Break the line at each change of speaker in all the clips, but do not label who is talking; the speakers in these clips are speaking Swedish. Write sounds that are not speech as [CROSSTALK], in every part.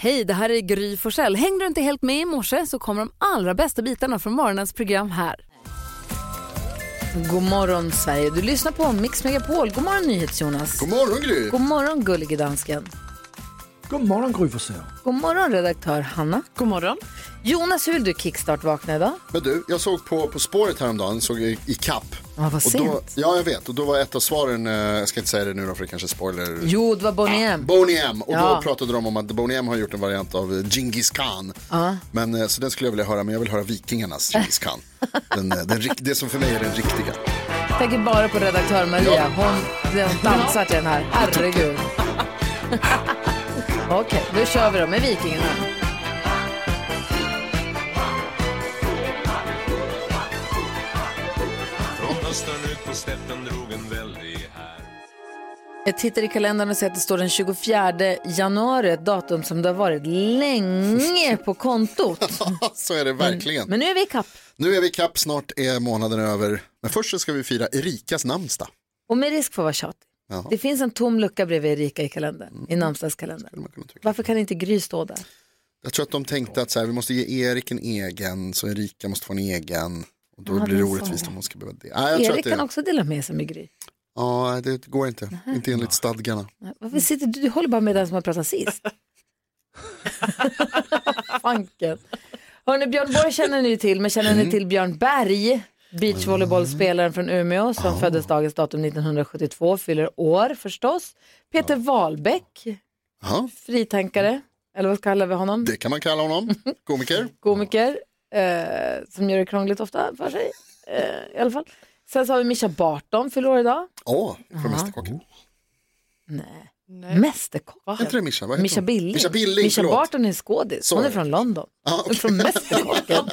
Hej, det här är Gry Forssell. Hängde du inte helt med i morse så kommer de allra bästa bitarna från morgonens program här. God morgon Sverige, du lyssnar på Mix Megapol. God morgon NyhetsJonas.
God morgon Gry.
God morgon gullige dansken.
God morgon Gry Forssell.
God morgon redaktör Hanna.
God morgon.
Jonas, hur vill du kickstart-vakna idag?
Men du, jag såg på På spåret häromdagen, såg i, i kapp.
Ja, Ah, vad
och då,
sent.
ja, jag vet. Och då var ett av svaren, eh, jag ska inte säga det nu då för det kanske är spoiler.
Jo, det var Bonnie M.
Boney M. Och
Ja.
då pratade de om att Boney M har gjort en variant av eh, Genghis Khan. Men, eh, så den skulle jag vilja höra, men jag vill
[LAUGHS]
höra Vikingarnas Genghis Khan. Den, eh, den, rikt- det som för mig är den riktiga. [LAUGHS]
Jag tänker bara på redaktör Maria. Hon, hon dansar till den här.
[LAUGHS]
Herregud. Okej, då kör vi då med Vikingarna.
Från östern ut på steppen drog en väldig här
Jag tittar i kalendern och ser att det står den 24 januari, ett datum som det har varit länge på kontot.
så är det verkligen.
Men nu är vi i kapp.
Nu är vi i kapp, snart är månaden över. Men först så ska vi fira Erikas namnsdag.
Och med risk för att vara tjatig.
Jaha.
Det finns en tom lucka bredvid Erika i kalendern, i namnsdagskalendern.
Man kunde tycka.
Varför kan inte Gry stå där?
Jag tror att de tänkte att så här, vi måste ge Erik en egen, så Erika måste få en egen. Och då
Ja,
blir det
men så.
orättvist om hon ska behöva det. Nej, jag tror
Erik
att det,
kan också dela med sig med Gry.
Ja, det går inte. Inte enligt stadgarna.
Varför sitter du, du håller bara med den som har pratat sist. Fanken. Hörrni, Björn Borg känner ni ju till, men känner ni till Björn Berg? Beachvolleybollspelaren från Umeå som föddes dagens datum 1972, fyller år förstås. Peter Wahlbeck,
Ja,
fritänkare, eller vad kallar vi honom?
det kan man kalla honom. Komiker.
Komiker, eh, som gör det krångligt ofta för sig, eh, i alla fall. Sen så har vi Mischa Barton, fyller år idag.
Åh, från Mästerkocken.
Mästerkock.
Är inte det Mischa? Vad heter
Mischa
hon?
Billing.
Mischa Billing,
Mischa
förlåt.
Barton är skådis. Hon
Så
är
är
från London.
Ja, okej.
Från
[LAUGHS]
Mästerkocken.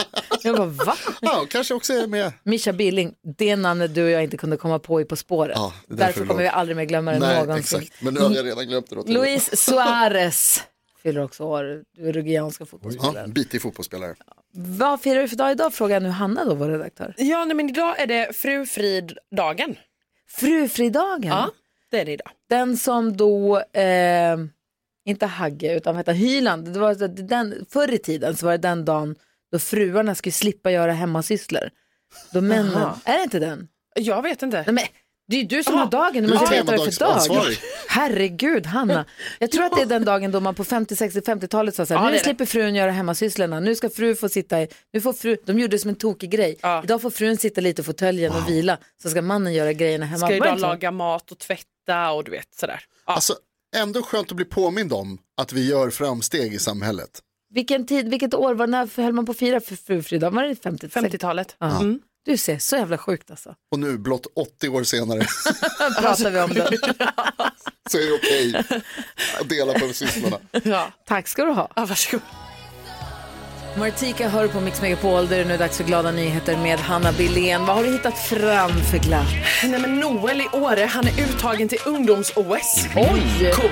Jag bara, va?
Ja, och kanske också är med.
Mischa Billing, det namnet du och jag inte kunde komma på i På spåret.
Ja, det är därför
därför
det
kommer vi
låter-
aldrig mer glömma det
Nej,
någonsin.
exakt. Men nu har jag redan glömt det. då till och med.
Luis Suarez fyller också år, uruguayanska
Ja,
fotbollsspelaren.
en bitig fotbollsspelare.
Vad firar du för dag idag? Frågar jag nu Hanna då, vår redaktör.
Ja, nej, men idag är det frufriddagen.
Frufridagen,
Ja, Mm. det är det idag.
den som då, eh, inte Hagge utan vad heter han, Hyland, det var så att den, förr i tiden så var det den dagen då fruarna skulle slippa göra hemmasysslor. Då männen,
Jaha.
är det inte den?
Jag vet inte.
Nej, men, det är ju du som
Ja,
har dagen, du
du är
måste veta vad det är för dag.
temadagsansvarig.
Herregud, Hanna. Jag tror att det är den dagen då man på 50, 60, 50-talet sa så här,
Ja, det
nu
är det.
slipper frun göra hemmasysslorna, nu ska fru få sitta i, nu får fru, de gjorde det som en tokig grej.
Ja.
Idag får frun sitta lite i fåtöljen och vila, så ska mannen göra grejerna hemma.
Ska
Var det
idag
inte så?
laga mat och tvätta och du vet sådär. Ja.
Alltså, ändå skönt att bli påmind om att vi gör framsteg i samhället.
Vilken tid, vilket år var när höll man på att fira för frufridag? Var det 50?
50-talet.
Ja. Du ser, så jävla sjukt alltså.
Och nu, blott 80 år senare, [LAUGHS]
Sen pratar vi om det.
så är det okej att dela på sysslorna.
Ja.
[LAUGHS] Tack ska du ha.
Ja, varsågod.
Martika hör på Mix Megapol där det nu är dags för glada nyheter med Hanna Billén. Vad har du hittat fram för glatt?
Nej, men Noel i Åre, han är uttagen till Mm. ungdoms-OS.
Oj!
Coolt.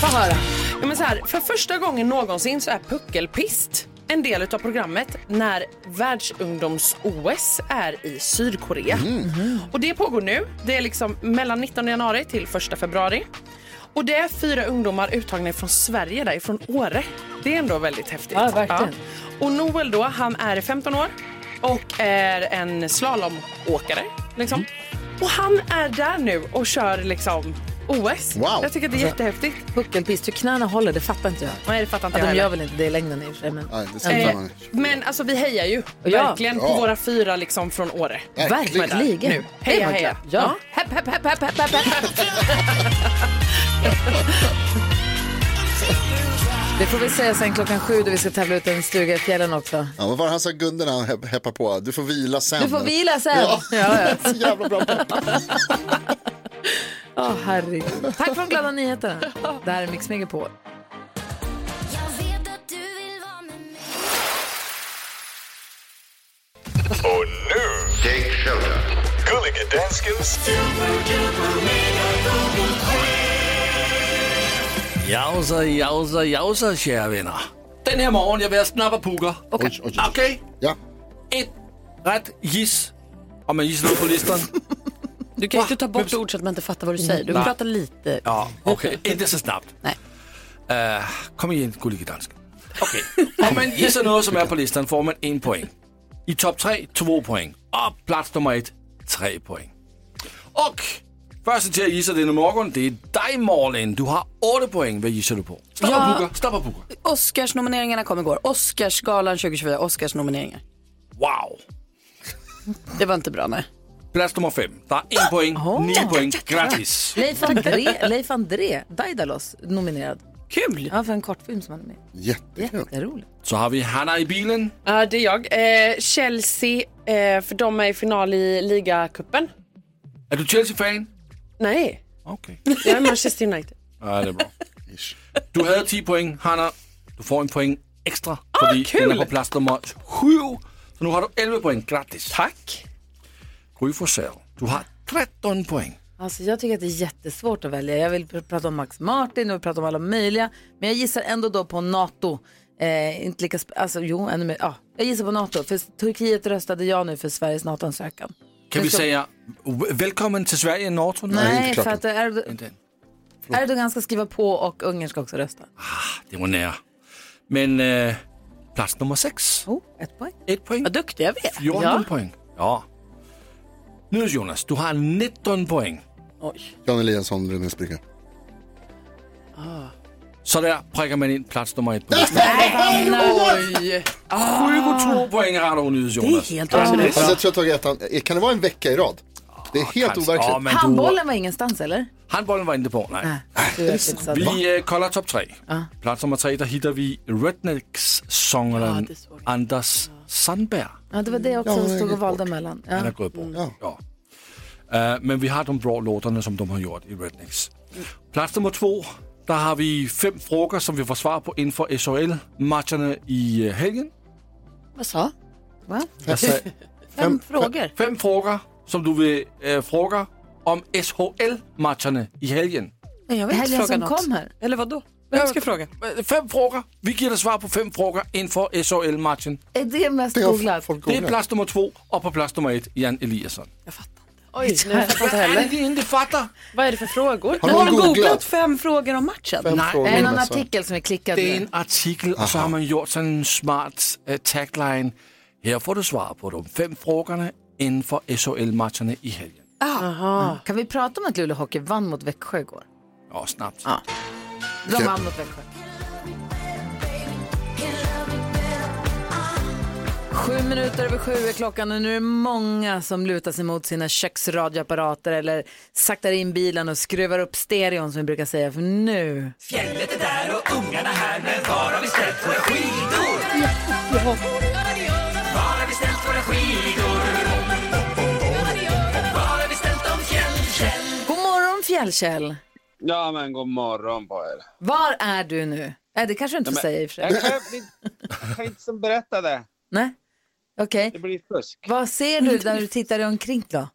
Få höra.
Ja, men så här, för första gången någonsin så är puckelpist en del av programmet när världsungdoms-OS är i Sydkorea. Och det pågår nu. Det är liksom mellan 19 januari till 1 februari. Och det är fyra ungdomar uttagna från Sverige, därifrån Åre. Det är ändå väldigt häftigt.
Ja, verkligen.
Ja. Och Noel då, han är 15 år och är en slalomåkare. Liksom.
Mm.
Och han är där nu och kör liksom OS.
Wow. Alltså-
Jag tycker det är jättehäftigt.
Puckelpist, hur knäna håller, det fattar inte jag.
Nej, det fattar inte
Ja, de
jag
gör
heller.
väl inte det i längden i och för sig, men
Nej, det ska inte
Eh,
man-
men alltså vi hejar ju
Ja.
verkligen på
Ja.
våra fyra liksom från Åre.
Verkligen.
verkligen.
Nu.
Det
Heja,
var
heja.
glatt. Ja. Hepp, hepp, hepp, hepp, hepp, hepp, [LAUGHS] hepp. Det får vi säga sen klockan sju då vi ska tävla ut en stuga i fjällen också.
Ja, vad var det han sa Gunde när han hepp- heppade på? Du får vila sen.
Du får vila sen. Ja.
Ja.
Ja,
[LAUGHS] Så
[LAUGHS]
jävla bra pepp.
Åh, herregud. Tack för de glada nyheterna. Det här är Mix Megapol.
Och nu, Jake Shelton. Gullige Danskens...
Jausa, jausa, jausa, kära vänner. Den här morgonen, jag vill snabba puckar.
Oj, oj, oj.
Okej,
Ja.
ett rätt giss. Om man gissar något på listan
Du kan ju
Va?
inte ta bort ord så att man inte fattar vad du säger. Du
Nej.
pratar lite.
Ja, okej. Inte så snabbt.
Nej.
Eh, kom igen, gullige dansk. Okej. [LAUGHS] Om man gissar något som är på listan får man en poäng. I topp tre, två poäng. Och plats nummer ett, tre poäng. Och första till att gissa denna morgon, det är dig Malin. Du har åtta poäng. Vad gissar du på? Snabba
Ja.
puckar, snabba puckar.
Oscarsnomineringarna kom igår. Oscarsgalan 2024, Oscarsnomineringar.
Wow.
Det var inte bra, nej.
Plats nummer fem. Det är en poäng, nio poäng, gratis.
Leif André, Leif André Daidalos nominerad.
Kul!
Ja, för en kortfilm som han är med i.
Jättekul.
Jätteroligt.
Så har vi Hanna i bilen.
Ja, det är jag. Eh, Chelsea, eh, för de är i final i ligacupen.
Är du Chelsea-fan?
Nej,
Okej.
jag är Manchester United.
Ja, det är bra. Du hade 10 poäng, Hanna. Du får en poäng extra, för den är på plats nummer 7. Så nu har du 11 poäng, grattis. Tack. Gry Forssell, du har 13 poäng.
Alltså, jag tycker att det är jättesvårt att välja. Jag vill pr- prata om Max Martin och prata om alla möjliga. Men jag gissar ändå då på NATO. Eh, inte lika sp- alltså, jo, ännu mer. Ja, jag gissar på NATO. För Turkiet röstade ja nu för Sveriges NATO-ansökan.
Kan vi säga v- välkommen till Sverige, Norton?
Nej, inte
Nej,
klart
för att Erdo-
Inte än.
Erdogan ska skriva på och Ungern ska också rösta.
Det var nära. Men eh, plats nummer 6,
Oh, ett poäng.
1 poäng,
Vad duktiga vi är.
14 poäng. Ja. Nu Jonas, du har 19 poäng.
Jan Eliasson, Rynäsbrygga.
Så där prickar man in plats nummer 1 på listan.
Oj!
22 poäng har du nu
Det är
Jonas.
helt otroligt.
Alltså, jag tror jag tog ettan. Kan det vara en vecka i rad? Det är helt
Kanske. Ja,
overkligt.
men du,
Handbollen var ingenstans eller?
handbollen var inte på, nej.
Du vet, inte, så att-
Vi eh, kollar topp tre. Plats nummer tre, där hittar vi Rednex-sångaren Anders Sandberg.
ja, det var det jag också
Ja, men
som stod
inget
och valde mellan.
Han har
Ja.
gått på.
Mm. Ja.
Ja. Eh, men vi har de bra låtarna som de har gjort i Rednex. Plats nummer två, där har vi fem frågor som vi får svar på inför SHL-matcherna i eh, helgen.
Vad sa?
Va?
[LAUGHS]
Jag säger-
Fem frågor.
fem frågor som du vill eh, fråga om SHL-matcherna i helgen.
Nej, jag vill inte
Helgen
fråga
som
något.
kom här.
Eller vad då? Vem ska fråga?
Eh, Fem frågor. Vi ger dig svar på fem frågor inför SHL-matchen.
Är det mest
Det har
googlat?
folk
Det är
googlat.
plats nummer två och på plats nummer ett, Jan Eliasson.
Oj, nu fattar jag inte
Är det
heller.
ni inte fattar?
Vad är det för frågor?
Har
Har
någon
de googlat
googlat?
fem frågor om matchen?
Fem
Nej.
frågor
Är det någon
alltså.
artikel som är klickad
Det är
nu?
en artikel och så har man gjort sådan en smart eh, tagline. Här får du svar på de fem frågorna inför SHL-matcherna i helgen.
Kan vi prata om att Luleå Hockey vann mot Växjö igår?
Ja, snabbt.
De
Okej.
vann mot Växjö. Sju minuter över sju är klockan och nu är det många som lutar sig mot sina köksradioapparater eller saktar in bilen och skruvar upp stereon som vi brukar säga för nu. God morgon Fjällkäll!
Ja, men god morgon på er.
Var är du nu? Nej, det kanske du inte får säga i och för sig.
Jag kan inte- jag kan inte som berätta det.
Nej, okej.
Det blir fusk.
Vad ser du när du tittar dig omkring då?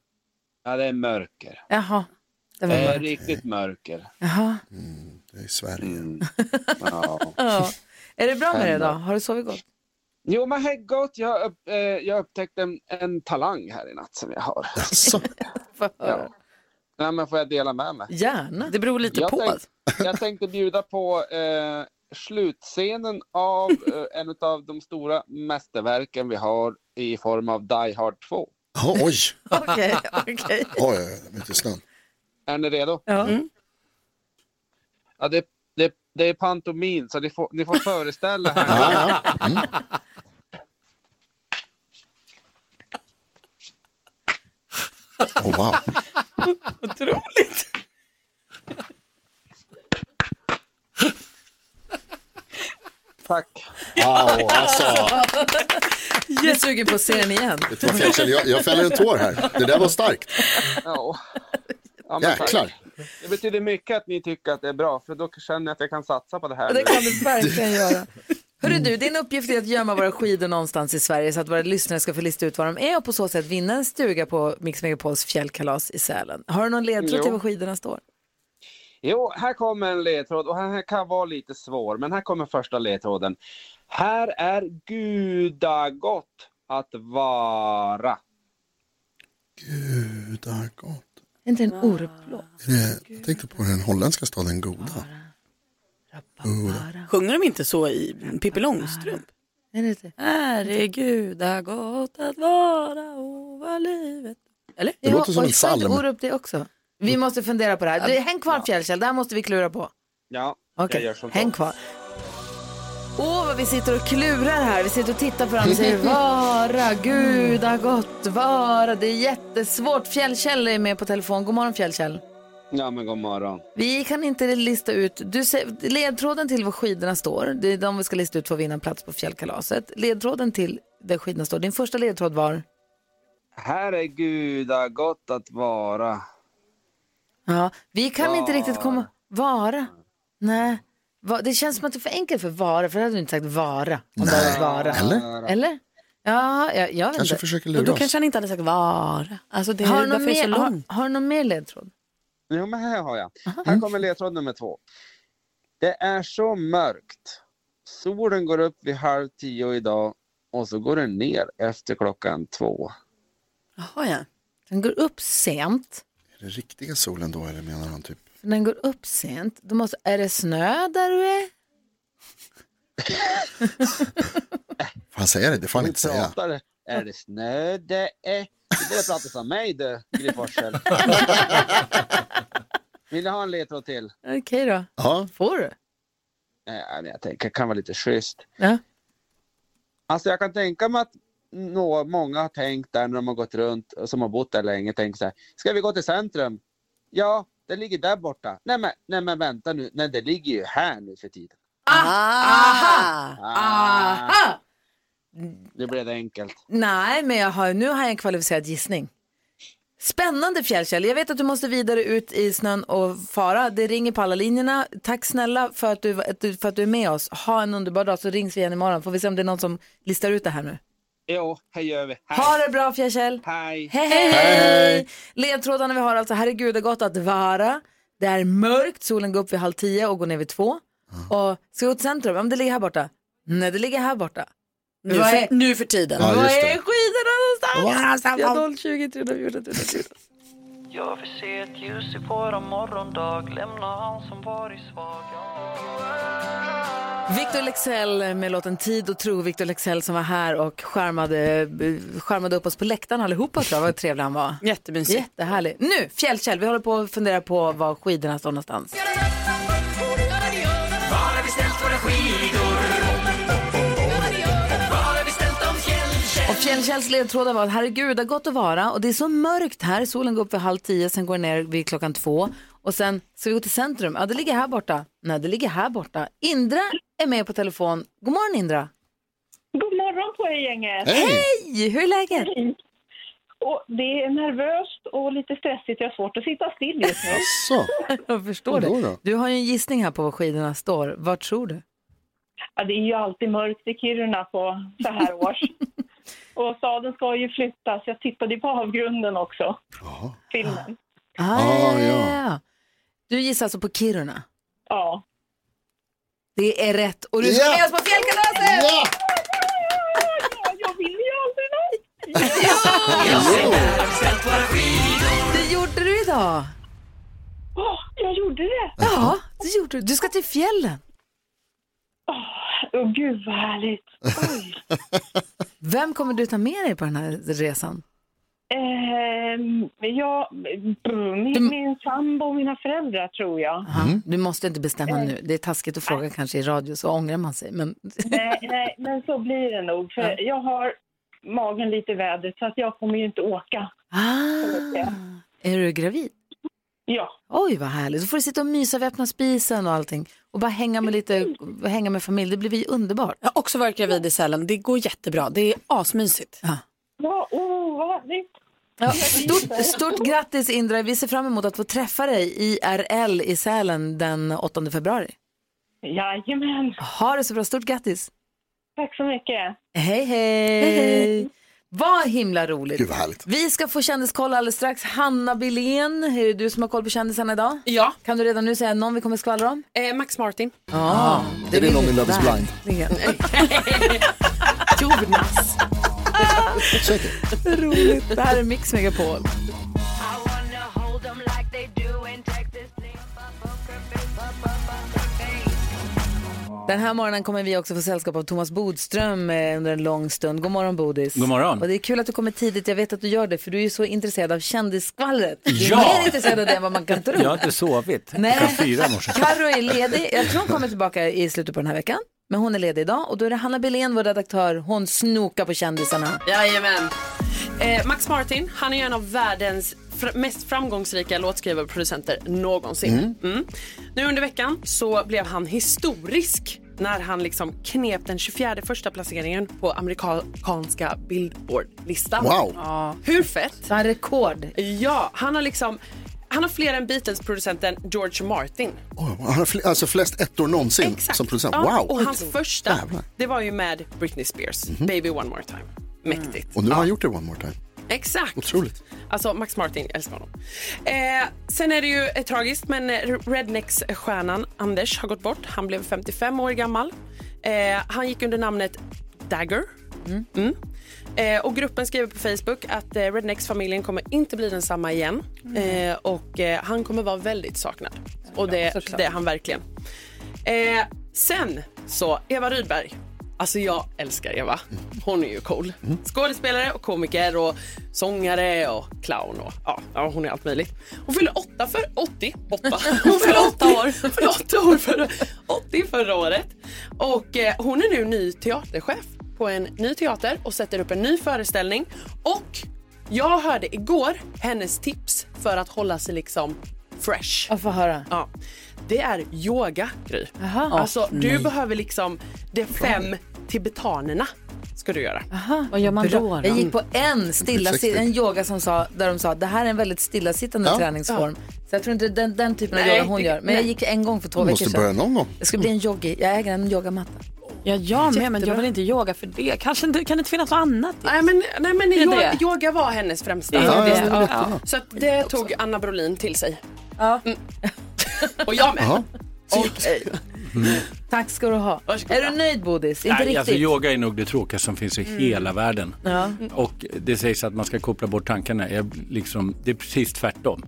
Ja, det är mörker.
Jaha, det var
Det är
det.
riktigt mörker.
Jaha.
Det är i
Mm.
Sverige.
Ja.
Ja. [LAUGHS] Är det bra med det då? Har du sovit gott?
Jo, men hej gott. Jag, upp, eh, jag upptäckte en, en talang här i natt som jag har.
Alltså,
Får jag höra.
Ja. Nej, men får jag dela med mig?
Gärna.
Det beror lite
Jag
på.
tänkte, jag tänkte bjuda på eh, slutscenen av eh, en av de stora mästerverken vi har i form av Die Hard 2.
ja, oj,
[LAUGHS] Okej, [LAUGHS] okej.
oj, oj, oj, mitt i snön.
Är ni redo?
Ja.
Ja, det, det, det är pantomin, så ni får, ni får föreställa här.
Ja, ja. Mm. Oh, wow.
Tack.
[LAUGHS]
wow, alltså.
Jag är sugen på att se den igen.
Vet du vad, Fjällkäll, jag, jag fäller en tår här. Det där var starkt.
Ja. Ja, men tack.
Jäklar.
Det betyder mycket att ni tycker att det är bra, för då känner jag att jag kan satsa på det
Det
här. nu.
kan du
[LAUGHS]
verkligen göra. Hörru du, din uppgift är att gömma våra skidor någonstans i Sverige så att våra lyssnare ska få lista ut var de är och på så sätt vinna en stuga på Mix Megapols fjällkalas i Sälen. Har du någon ledtråd
Jo.
till var skidorna står?
Jo, här kommer en ledtråd och den här kan vara lite svår, men här kommer första ledtråden. Här är gudagott att vara.
Gudagott.
Är inte en Oruplåt?
Eh, Jag tänkte på den holländska staden Goda.
Sjunger de inte så i Pippi Långstrump?
Är det inte?
Herregud, det gott att vara ovan livet. Eller?
Det låter som
och
en
sa inte
psalm. Mm.
Orup det också? Vi måste fundera på det här. Du, häng kvar Fjällkäll, det här måste vi klura på.
Ja, jag
Okej,
gör som
häng
så.
kvar. Åh, vad vi sitter och klurar här. Vi sitter och tittar på varandra och säger
[LAUGHS]
vara, guda gott vara. Det är jättesvårt. Fjällkäll är med på telefon. God morgon Fjällkäll.
Ja, men god morgon.
Vi kan inte lista ut, du ser, ledtråden till var skidorna står, det är de vi ska lista ut för att vinna en plats på fjällkalaset. Ledtråden till där skidorna står, din första ledtråd var?
Herregud, vad gott att vara.
Ja, vi kan inte riktigt komma... Vara? Nej. Va, det känns som att det är för enkelt för vara, för då hade du inte sagt vara. Om det hade varit vara.
Eller?
Eller? Ja, jag, jag vet
Kanske
inte.
försöker
Och
lura
då
oss.
kanske han inte hade sagt vara. Alltså det
Har du, någon
varför är det så
mer, har,
långt?
har du någon mer ledtråd?
Jo, men här har jag. Här kommer ledtråd nummer två. Det är så mörkt. Solen går upp vid halv tio idag och så går den ner efter klockan två.
Jaha ja.
Den går upp sent.
Är det riktiga solen då eller menar han typ?
För den går upp sent. Då måste, är det snö där du är?
Får han säga det? Det får han inte säga.
Pratar, är det snö det är? Du börjar prata som mig du, Gry Forssell. Vill du ha en ledtråd till?
Okej då.
Ja,
Får du?
Eh, men jag tänker kan vara lite schysst.
Ja.
Alltså jag kan tänka mig att nå, många har tänkt där när de har gått runt, som har bott där länge, tänkt så här, ska vi gå till centrum? Ja, det ligger där borta. Nej men, nej, men vänta nu, nej det ligger ju här nu för tiden.
Aha!
Ah, nu blev det enkelt.
Nej, men jag har, nu har jag en kvalificerad gissning. Spännande fjällkäll. Jag vet att du måste vidare ut i snön och fara. Det ringer på alla linjerna. Tack snälla för att du, att du, för att du är med oss. Ha en underbar dag så rings vi igen imorgon. Får vi se om det är någon som listar ut det här nu.
Jo, här gör vi.
Ha
Hej.
det bra fjällkäll.
Hej.
Hej, hej, hej! Ledtrådarna vi har alltså, herregud det är gott att vara. Det är mörkt, solen går upp vid halv tio och går ner vid två. Och ska vi gå till centrum? Ja, men det ligger här borta. Nej, det ligger här borta.
Nu
Vad är-
för, nu för tiden.
ja
Var
just
är
det.
skidorna någonstans? Jag har 020 314 314.
Jag vill se ett ljus i våran morgondag Lämna han som varit svag
Victor Lexell med låten Tid och tro. Victor Lexell som var här och skärmade, eh, skärmade upp oss på läktaren allihopa. Tror jag. Vad trevlig han var.
Jättemysigt.
Jättehärlig. Nu, Fjällkäll, vi håller på att fundera på var skidorna står någonstans. Och Fjällkälls ledtrådar var att herregud, det har gått att vara och det är så mörkt här. Solen går upp vid halv tio, sen går den ner vid klockan två och sen ska vi gå till centrum. Ja, det ligger här borta. Nej, det ligger här borta. Indra är med på telefon. God morgon Indra.
God morgon på er gänget!
Hej!
Hej, hur är läget?
Och det är nervöst och lite stressigt. Jag har svårt att sitta still just nu.
Så,
Jag förstår
Då
det.
då?
Du har ju en gissning här på var skidorna står. Vad tror du?
Ja, det är ju alltid mörkt i Kiruna på så
[LAUGHS]
här års. Och staden ska ju flyttas. Jag tittade ju på avgrunden också,
jaha.
filmen.
Ah,
Ah,
ja, ja,
ja.
ja. Du gissar alltså på Kiruna.
Ja.
Det är rätt och du ska
Ja.
med oss på fjällkalaset!
Ja!
Ja, Jag vill ju aldrig något!
Det gjorde du idag.
Åh, jag gjorde det!
Ja, det gjorde du. Du ska till fjällen.
Åh, gud vad härligt! Oj.
Vem kommer du ta med dig på den här resan?
Ehm, jag, min, min sambo och mina föräldrar tror
[LAUGHS]
jag.
Ja, Du måste inte bestämma
Eh.
nu. Det är taskigt att fråga kanske i radio så ångrar man sig. Men...
Nej, nej, men så blir det nog. För Jag har magen lite i vädret så att jag kommer ju inte åka.
Ah, är du gravid?
Ja,
Oj, vad härligt. Då får du sitta och mysa vid öppna spisen och allting. Och bara hänga med lite, hänga med familj. Det blir ju underbart.
Jag har också varit gravid i Sälen. Det går jättebra. Det är asmysigt.
ja oh, vad härligt.
Ja, stort, stort grattis Indra. Vi ser fram emot att få träffa dig IRL i Sälen den 8 februari.
Jajamän,
Ha det så bra. Stort grattis.
tack så mycket.
Hej, hej. Vad himla roligt.
Gud vad härligt.
Vi ska få kändiskoll alldeles strax. Hanna Billén, är det du som har koll på kändisarna idag?
Ja,
Kan du redan nu säga någon vi kommer skvallra om?
eh, Max Martin.
Ja,
det är någon i Love is blind.
blind.
Jonas.
Säkert.
Roligt. Det här är Mix Megapol.
I wanna hold 'em
Den här morgonen kommer vi också få sällskap av Thomas Bodström eh, under en lång stund. God morgon Bodis.
God morgon.
Och det är kul att du kommer tidigt. Jag vet att du gör det för du är ju så intresserad av kändisskvallret. Du är
Ja!
mer intresserad av det än vad man kan tro.
Jag har inte sovit.
Nej.
Klockan fyra i morse.
Carro är ledig. Jag tror hon kommer tillbaka i slutet på den här veckan. Men hon är ledig idag och då är det Hanna Billén, vår redaktör. Hon snokar på kändisarna.
Jajamän. Eh, Max Martin, han är ju en av världens fr- mest framgångsrika låtskrivare och producenter någonsin. Mm. Nu under veckan så blev han historisk när han liksom knep den 24 första placeringen på amerikanska Billboard-listan.
Wow.
Ja. Hur fett?
Så han rekord.
Ja, han har liksom han har fler än Beatles-producenten George Martin.
Oj, han har fl- alltså flest ettor någonsin som producent.
Ja,
wow!
Och hans första,
Jävlar. Mhm.
det var ju med Britney Spears, Baby One More Time. Mäktigt.
Och nu har han gjort det one more time.
Exakt.
Mm. Otroligt.
Alltså Max Martin, jag älskar honom. Eh, sen är det ju eh, tragiskt, men eh, Rednex-stjärnan Anders har gått bort. Han blev 55 år gammal. Eh, han gick under namnet Dagger. Mm. Eh, och gruppen skriver på Facebook att eh, Rednex-familjen kommer inte bli densamma igen.
Mm.
Eh, och eh, han kommer vara väldigt saknad. Och det,
såklart.
det är han verkligen. Eh, sen så, Eva Rydberg. Alltså jag älskar Eva. Hon är ju cool. Skådespelare och komiker och sångare och clown och ja, ja hon är allt möjligt. Hon fyllde åtta för 80, åtta. [LAUGHS] Hon fyllde åtta år, fyllde åtta år för, 80 förra året. Och eh, hon är nu ny teaterchef på en ny teater och sätter upp en ny föreställning. Och jag hörde igår hennes tips för att hålla sig liksom fresh.
Jag får höra.
Ja. Det är yoga, Gry.
Aha.
Alltså,
Åh,
du
nej.
behöver liksom de fem tibetanerna ska du göra.
Aha, vad gör man då?
Bra.
Jag gick på en, stilla,
Ursäkta.
en yoga som sa, där de sa det här är en väldigt stillasittande
Ja.
träningsform. Så jag tror inte den, den typen av
Nej,
yoga hon
det-
gör. Men jag
nej.
gick en gång för två
Man
veckor
måste börja någon gång.
Det ska bli en yogi. Jag äger en yogamatta.
Ja, jag med, men jag vill inte yoga för det. Kanske inte, kan det inte finnas något annat?
Nej, men, nej, men
Är
yoga,
det?
yoga var hennes främsta.
Ja, ja,
Det-
ja,
ja.
ja.
Så att det tog Anna Brolin till sig. Mm. Och jag med.
Jaha.
Okej. Mm.
Tack ska du ha. Är du nöjd Bodis? Inte
Nej,
riktigt?
alltså yoga är nog det tråkigaste som finns i
Mm.
hela världen.
Ja.
Och det sägs att man ska koppla bort tankarna. Jag, liksom, det är precis tvärtom.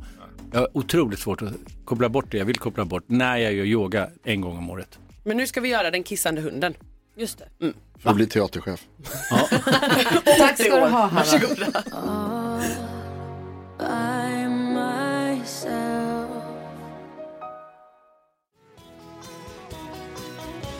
Jag har otroligt svårt att koppla bort det jag vill koppla bort när jag gör yoga en gång om året.
Men nu ska vi göra den kissande hunden. Just det. Mm.
För att bli teaterchef.
Tack
ska du ha, Hanna.
Varsågoda.
By myself.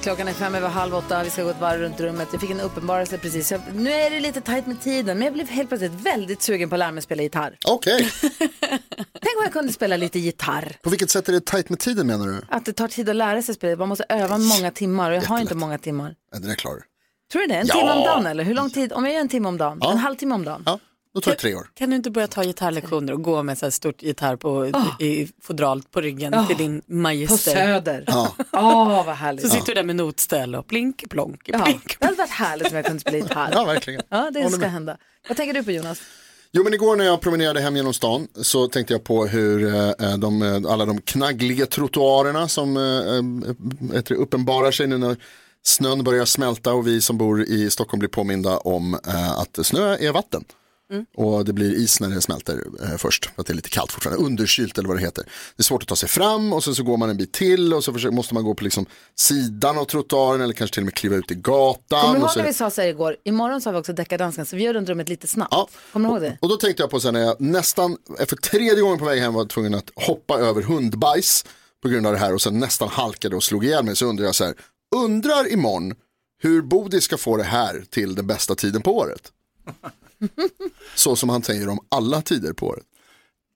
Klockan är fem över halv åtta, vi ska gå ett varv runt rummet. Jag fick en uppenbarelse precis. Jag, nu är det lite tajt med tiden, men jag blev helt plötsligt väldigt sugen på att lära mig spela gitarr.
Okej.
Tänk om jag kunde spela lite gitarr.
På vilket sätt är det tajt med tiden menar du?
Att det tar tid att lära sig spela, man måste öva många timmar och jag har inte många timmar.
Ja, Den är klar.
Tror du det? En
Ja.
timme om dagen eller? Hur lång tid? Om jag gör en timme om dagen? En halvtimme om dagen?
Ja, då tar det tre år.
Kan du inte börja ta gitarrlektioner och gå med så här stort gitarr på, i fodral Ah. på ryggen
Ah.
till din magister?
På Söder.
Ja.
Åh, vad härligt.
Så sitter du där med notställ och blink, plonk,
Ja.
blink.
Det hade varit härligt om jag kunde spela gitarr.
Ja, verkligen.
Ja, det
Håller
ska
med.
hända. Vad tänker du på Jonas?
Jo men igår när jag promenerade hem genom stan så tänkte jag på hur eh, de, eh, alla de knaggliga trottoarerna som eh, eh, heter det, uppenbarar sig nu när snön börjar smälta och vi som bor i Stockholm blir påminda om eh, att snö är vatten.
Mm.
Och det blir is när det smälter eh, först, för att det är lite kallt fortfarande, underkylt eller vad det heter. Det är svårt att ta sig fram och sen så går man en bit till och så försöker, måste man gå på liksom sidan av trottoaren eller kanske till och med kliva ut i gatan.
Kommer du
och
ihåg
så
när
är det-
vi sa så här igår? Imorgon sa vi också deckardansken, så vi gör runt rummet lite snabbt. Kommer du ihåg det?
Och då tänkte jag på sen när jag nästan för tredje gången på väg hem var tvungen att hoppa över hundbajs på grund av det här och sen nästan halkade och slog ihjäl mig så undrar jag så här, undrar imorgon hur Bodil ska få det här till den bästa tiden
[LAUGHS]
på året? så som han säger om alla tider på året.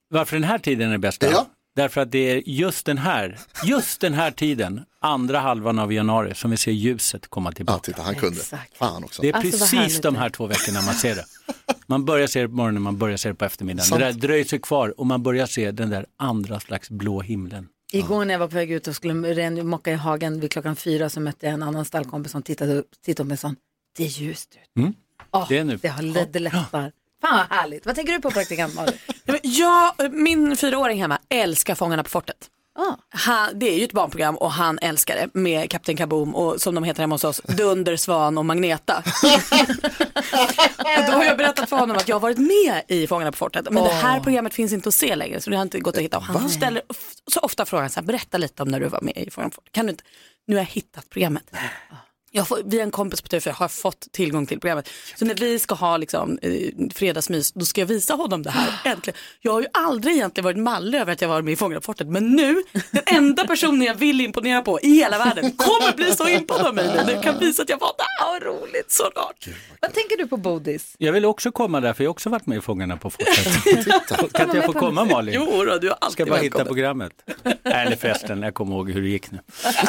Varför den här tiden är bästa? Därför att det är just den här, just den här tiden, andra halvan av januari, som vi ser ljuset komma tillbaka.
Ja, titta, han kunde. Exakt. Fan också.
Det är
Alltså, vad
precis
härligt
de här två veckorna man ser det. Man börjar se det på morgonen, man börjar se det på eftermiddagen.
Sant.
Det där dröjer sig kvar och man börjar se den där andra slags blå himlen.
Igår när jag var på väg ut och skulle ren- mocka i hagen vid klockan fyra så mötte jag en annan stallkompis som tittade, upp- tittade på mig och sa det är ljust ut.
Mm.
Åh,
det är nu.
Det har lett lättar. Fan vad härligt. Vad tänker du på praktikant
[LAUGHS]
Malin?
Ja, men Jag, min fyraåring hemma älskar Fångarna på fortet. Han, det är ju ett barnprogram och han älskar det med Kapten Kaboom och som de heter hemma hos oss, Dunder, Svan och Magneta. och då har jag berättat för honom att jag har varit med i Fångarna på fortet. Men det här
Åh.
programmet finns inte att se längre så det har inte gått att hitta. Och han ställer of- så ofta frågan så här, berätta lite om när du var med i Fångarna på fortet. Kan du inte? nu har jag hittat programmet. Jag får, via en kompis på TV4 har jag fått tillgång till programmet. Så när vi ska ha liksom, eh, fredagsmys, då ska jag visa honom det [GASPS] här. Äntligen. Jag har ju aldrig egentligen varit mallig över att jag var med i Fångarna på fortet, men nu, [LAUGHS] den enda personen jag vill imponera på i hela världen kommer bli så impad av mig nu. när jag kan visa att jag var där. Vad roligt, så rart.
Vad tänker du på Bodis?
Jag vill också komma där, för jag har också varit med i Fångarna
[LAUGHS]
på fortet. kan inte jag få komma Malin?
Jo, då, du har alltid
Ska bara hitta
välkommen.
programmet. Nej, Eller förresten, jag kommer ihåg hur det gick nu. [LAUGHS]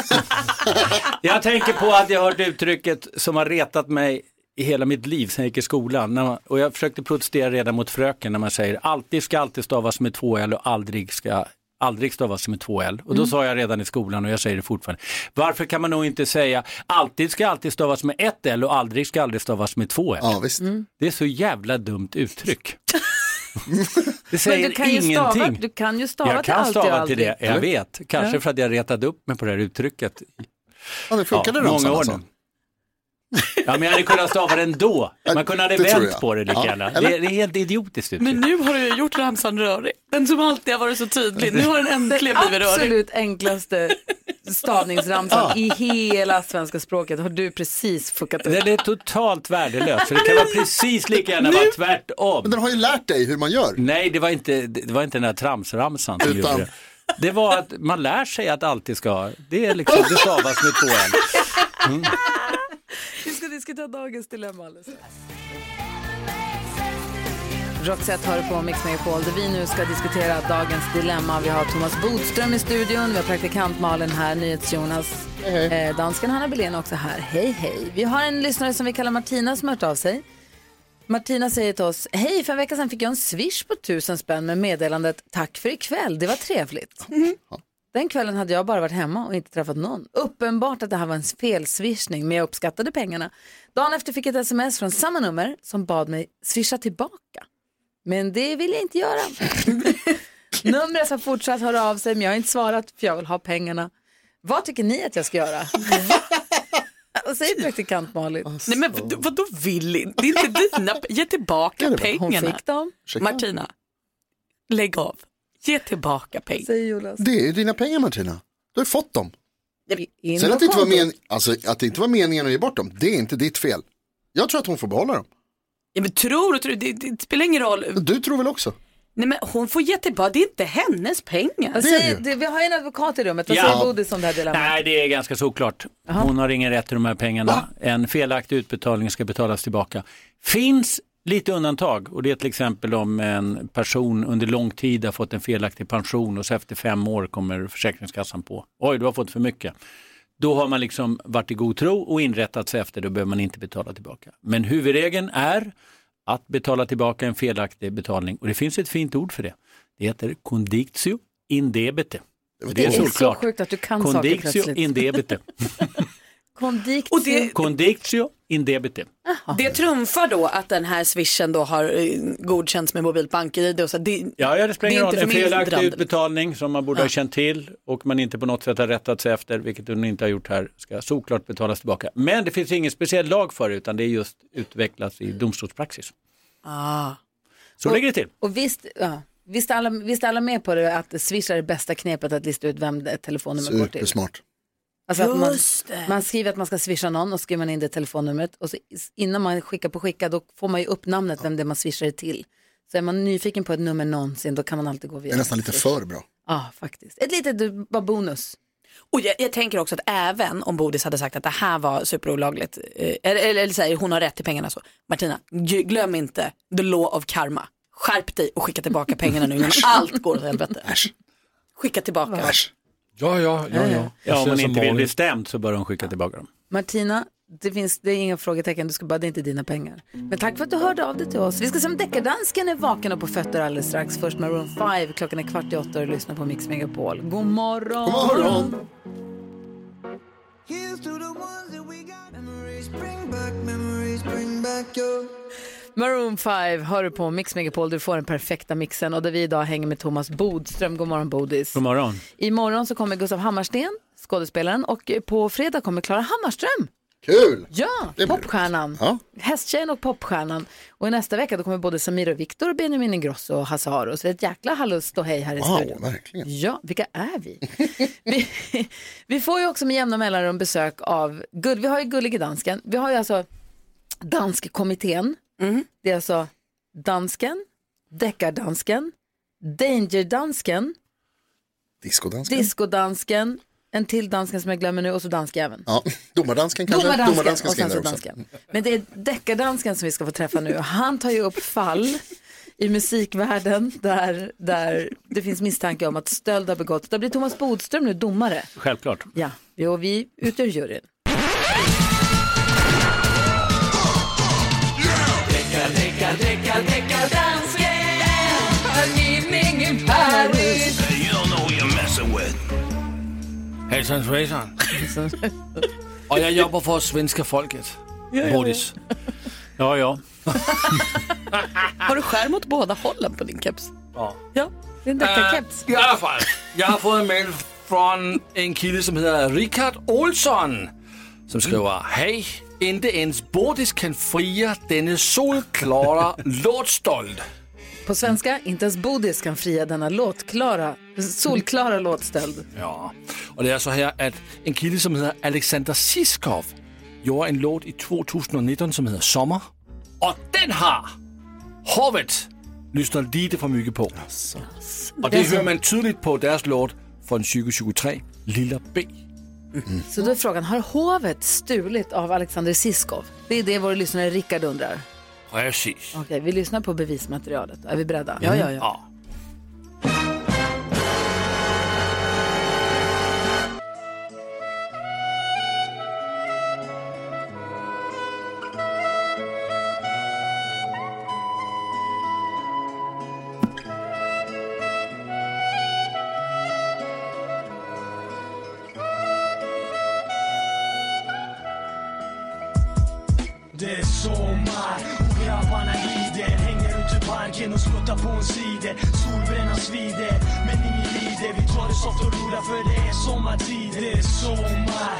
jag tänker på att jag har hört uttrycket som har retat mig i hela mitt liv sedan jag gick i skolan. När man, och jag försökte protestera redan mot fröken när man säger alltid ska alltid stavas med två L och aldrig ska aldrig stavas med två L. Och då
Mm.
sa jag redan i skolan och jag säger det fortfarande. Varför kan man nog inte säga alltid ska alltid stavas med ett L och aldrig ska aldrig stavas med två L?
Mm.
Det är så jävla dumt
[LAUGHS]
uttryck. Det säger
Men du kan ju
ingenting.
stava, du kan ju stava
jag
till
kan
allt
stava
och
till det,
aldrig.
jag vet. Kanske
Ja.
för att jag retade upp mig på det här uttrycket.
Ja, det funkade då, alltså?
många
Sanna sa.
år nu. [LAUGHS] Ja, men jag hade kunnat stava det ändå. Man kunde ha
det tror
vänt
jag.
på det lika
Ja,
gärna. Det,
eller?
det är helt idiotiskt uttryck.
Men nu har du ju gjort ramsan rörig. Den som alltid har varit så tydlig. Nu har den äntligen blivit
Det
rörig.
absolut enklaste
[LAUGHS]
stavningsramsan
Ja.
i hela svenska språket har du precis fuckat upp.
Det är totalt värdelöst, för det kan vara precis lika gärna vara tvärtom. Men
den har ju lärt dig hur man gör.
Nej, det var inte, det var inte den här tramsramsan som
Utan-
gjorde det. Det var att man lär sig att alltid ska, det är liksom, det stavas med två L.
Vi ska diskutera dagens dilemma alldeles Roxette hör på Mix Megapol där vi nu ska diskutera dagens dilemma. Vi har Thomas Bodström i studion, vi har praktikant Malin här, NyhetsJonas, eh, dansken Hanna Billén också här. Hej, hej. Vi har en lyssnare som vi kallar Martina som har hört av sig. Martina säger till oss, hej, för en vecka sedan fick jag en swish på tusen spänn med meddelandet tack för ikväll, det var trevligt. Den kvällen hade jag bara varit hemma och inte träffat någon. Uppenbart att det här var en felswishning, men jag uppskattade pengarna. Dagen efter fick jag ett sms från samma nummer som bad mig swisha tillbaka. Men det vill jag inte göra. Numret har fortsatt höra av sig, men jag har inte svarat för jag vill ha pengarna. Vad tycker ni att jag ska göra? Vad säger praktikant Malin?
Nej men vad, vadå vill inte? Det är inte dina, pe- ge tillbaka
Hon
pengarna.
fick dem.
Martina, lägg av. Ge tillbaka pengar.
Säger Jonas.
Det är ju dina pengar Martina. Du har ju fått dem.
In
Sen
på
att det, inte var
kontot.
men, alltså, att det inte var meningen att ge bort dem, det är inte ditt fel. Jag tror att hon får behålla dem.
Ja, men tror och tror, det, det spelar ingen roll.
Du tror väl också?
Nej men hon får ge tillbaka, det är inte hennes pengar.
Vad säger, du, vi har ju en advokat i rummet. Vad
Ja.
säger Bodis om det här dilemmat?
Nej, det är ganska såklart. Hon har ingen rätt till de här pengarna. En felaktig utbetalning ska betalas tillbaka. Finns lite undantag och det är till exempel om en person under lång tid har fått en felaktig pension och så efter fem år kommer Försäkringskassan på, oj du har fått för mycket. Då har man liksom varit i god tro och inrättat sig efter det, då behöver man inte betala tillbaka. Men huvudregeln är att betala tillbaka en felaktig betalning och det finns ett fint ord för det. Det heter conditio in debete. Det är
så
solklart.
sjukt att du kan saker
Conditio
plötsligt.
[LAUGHS]
in debite.
Konditio.
Conditio in debite.
Det trumfar då att den här swishen då har eh, godkänts med mobilbank-id och så. Det,
Ja, ja, det
Det
spelar
är
ingen roll.
inte
En felaktig
förmildrande.
utbetalning som man borde ha känt till och man inte på något sätt har rättat sig efter, vilket hon inte har gjort här, ska såklart betalas tillbaka. Men det finns ingen speciell lag för det, utan det är just utvecklas i domstolspraxis.
Ah.
Så ligger det till.
Och visst, ja, visst, är alla, visst är alla med på det att Swish är det bästa knepet att lista ut vem det ett telefonnummer går till?
Supersmart.
Alltså att man,
Just det.
man skriver att man ska swisha någon och skriver man in det telefonnumret och så is- innan man skickar på skicka då får man ju upp namnet vem det är man swishar det till. Så är man nyfiken på ett nummer någonsin då kan man alltid gå
Det
via.
är nästan lite
Swish.
för bra.
Ja, faktiskt. Ett litet du- bara bonus.
Och jag, jag tänker också att även om Bodis hade sagt att det här var superolagligt, eh, eller, eller, eller säger hon har rätt till pengarna så, Martina, g- glöm inte the law of karma. Skärp dig och skicka tillbaka pengarna nu innan allt går åt helvete. Skicka tillbaka.
Ja, ja,
ja, ja.
Ja, om
Jag
man
ser som
inte vill
vanligt.
bli stämd så bör de skicka tillbaka dem.
Martina, det finns det är inga frågetecken, du ska bara, det är inte dina pengar. Men tack för att du hörde av dig till oss. Vi ska se om deckardansken är vaken och på fötter alldeles strax. Först Maroon 5, klockan är kvart i åtta och du lyssnar på Mix Megapol. God morgon!
God morgon.
Maroon 5 hör du på Mix Megapol, du får den perfekta mixen och där vi idag hänger med Thomas Bodström. God morgon Bodis.
God morgon.
Imorgon så kommer Gustav Hammarsten, skådespelaren och på fredag kommer Klara Hammarström.
Kul!
Ja,
Det blir
popstjärnan.
Ja.
Hästtjejen och popstjärnan. Och i nästa vecka då kommer både Samir och Viktor, Benjamin Ingrosso och Hassaro. Så det är ett jäkla hallå hej här i
Wow,
studion.
verkligen.
Ja, vilka är
[LAUGHS]
vi? vi? Vi får ju också med jämna mellanrum besök av, gull, vi har ju Gullige Dansken, vi har ju alltså Danskkommittén,
Mm.
det är alltså Dansken, Deckardansken, Dangerdansken,
Diskodansken.
Diskodansken, en till dansken som jag glömmer nu och så danskjäveln.
ja, domardansken kanske?
Domardansken,
Domardansken
och
ska in
sen
där
så
också.
dansken. Men det är deckardansken som vi ska få träffa nu och han tar ju upp fall i musikvärlden där, där det finns misstanke om att stöld har begåtts. Där blir Thomas Bodström nu domare.
Självklart.
Ja, vi- och vi ut ur juryn.
Hejsan svejsan. [LAUGHS] Och jag jobbar för svenska folket.
Ja, ja.
Bodis. Ja, ja.
Har du skärm åt båda hållen på din keps?
ja.
Ja, det är en deckarkeps.
Eh.
I alla fall, jag har fått en mail från en kille som heter Richard Olsson som skriver Hej, inte ens Bodis kan fria denne solklara låtstold.
På svenska, inte ens Bodis kan fria denna låtklara, solklara låtstöld.
Ja, och det är så här att en kille som heter Alexander Siskov gjorde en låt i 2019 som heter Sommar. Och den har havet lyssnat lite för mycket på. Och det hör man tydligt på deras låt från 2023, Lilla B.
Så då är frågan, har hovet stulit av Alexander Siskov? Det är det vår lyssnare Rickard undrar.
Precis.
Okej, vi lyssnar på bevismaterialet. Är vi beredda?
ja.
Det är sommar och grabbarna lider Hänger ut i parken och skuttar på en cider Solbrännan svider men ingen lider Vi tar det soft och rullar för det är sommartid Det är sommar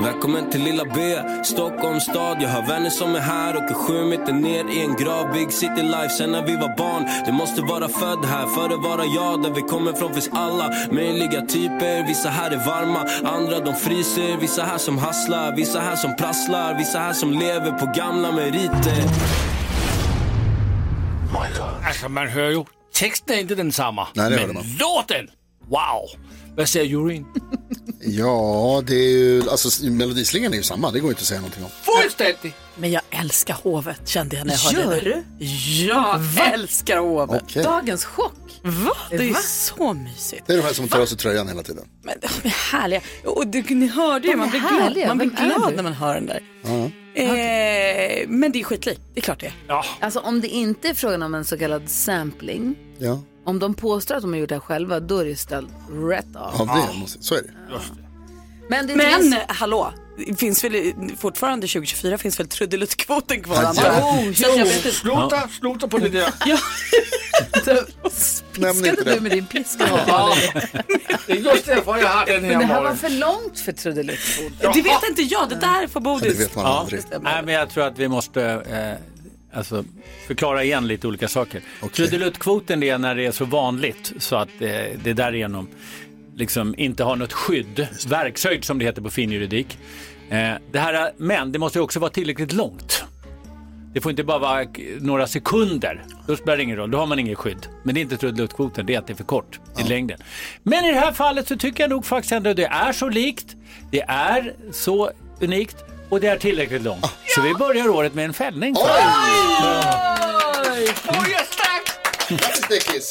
Välkommen till lilla B, Stockholms stad Jag har vänner som är här, åker sju meter ner i en grav Big city life, sen när vi var barn Du måste vara född här för att vara jag Där vi kommer från finns alla möjliga typer Vissa här är varma, andra de fryser Vissa här som hasslar, vissa här som prasslar Vissa här som lever på gamla meriter
Alltså man hör ju, texten är inte densamma.
Nej, det hör
men
man.
låten, wow! Vad säger juryn?
Ja, det är ju, alltså melodislingan är ju samma, det går ju inte att säga någonting om.
Fullständigt!
Men jag älskar hovet kände jag när jag hörde
Gör
det.
du?
Ja, jag älskar hovet.
Okej.
Dagens chock.
Va? Det är
Va?
så mysigt.
Det är de här som tar av sig tröjan hela tiden.
Men de är härliga. Och du, ni hörde ju,
De
man
är
blir
härliga.
glad, man blir
Vem är
glad
du?
när man hör den där.
Ja.
Eh, men det är skitlikt, det är klart det är.
Alltså om det inte är frågan om en så kallad sampling,
Ja,
om de påstår att de har gjort det här själva, då är det ju stöld rätt av.
ja det måste, så är det.
Men, det är inte
[LAUGHS] men
vi-
hallå, det finns väl i- fortfarande 2024 finns väl trudeluttkvoten kvar?
Ja,
antar jag. Så att jag vet inte-
sluta, sluta på det där.
Ja.
Nämn inte
Piskade du
det.
med din piska?
Ja. Det är just därför jag har den
Men det
här
här var
morgonen.
för långt för trudelutt.
Det vet inte jag, det där får Bodis.
Ja. Nej, men jag tror att vi måste eh, alltså, förklara igen lite olika saker. Trudeluttkvoten det är när det är så vanligt så att eh, det därigenom liksom inte har något skydd, verkshöjd som det heter på fin juridik. Eh, det här, är- men det måste ju också vara tillräckligt långt. Det får inte bara vara k- några sekunder. Då spelar det ingen roll, då har man ingen skydd. Men det är inte trudeluttkvoten, det är att det är för kort i längden. Men i det här fallet så tycker jag nog faktiskt ändå att det är så likt, det är så unikt och det är tillräckligt långt. Så vi börjar året med en fällning.
Grattis Dickis!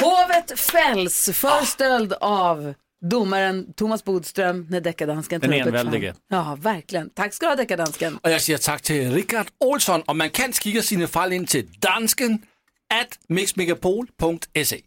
Hovet fälls för stöld av domaren Thomas Bodström när deckardansken
Den
tar upp ett
enväldige.
fall. Ja, verkligen. Tack ska du ha deckardansken.
Och jag säger tack till Richard Olsson och man kan skicka sina fall in till dansken at mixmegapol.se.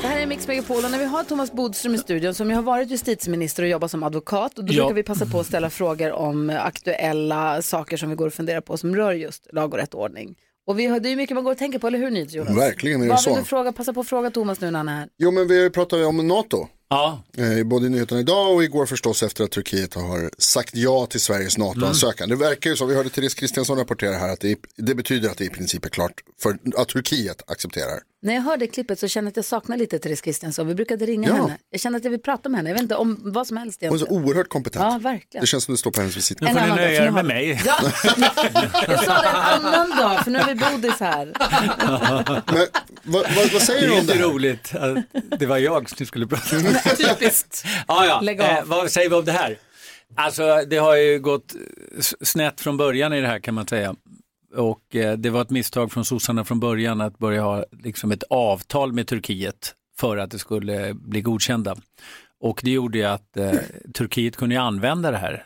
Det här är Mix Megapol och när vi har Thomas Bodström i studion som ju har varit justitieminister och jobbat som advokat och då
Ja.
brukar vi passa på att ställa frågor om eh, aktuella saker som vi går och funderar på som rör just lag och rätt och ordning. Och vi har, det är ju mycket man går och tänker på, eller hur Nils Jonas?
Verkligen är det
Vad
så.
Vill du fråga, passa på att fråga Thomas nu när han är här.
Jo, men vi pratar ju om NATO. Eh,
Ja.
Både i nyheterna idag och igår förstås efter att Turkiet har sagt ja till Sveriges NATO-ansökan. Det verkar ju så, vi hörde Therese Kristiansson rapportera här att det, i- det betyder att det i princip är klart för att Turkiet accepterar.
När jag hör det klippet så känner jag att jag saknar lite Therese Kristiansson. Vi brukade ringa
Ja.
henne. Jag känner att jag vill prata med henne. Jag vet inte om vad som helst
Hon är så
egentligen.
oerhört kompetent.
Ja, verkligen.
Det känns som det står på hennes visitkort.
Nu får En ni annan nöja dag, er för nu med har-
mig.
Ja. Jag sa det en annan dag, för nu är vi bodis här.
Men vad, vad, vad säger du om det
Det är
här? typ,
inte roligt att det var jag som skulle prata. Typiskt. Ja, ja.
Lägg av.
Eh, vad säger vi om det här? Alltså, det har ju gått s- snett från början i det här kan man säga. Och eh, det var ett misstag från sossarna från början att börja ha liksom ett avtal med Turkiet för att det skulle bli godkända. Och det gjorde ju att eh, Turkiet kunde ju använda det här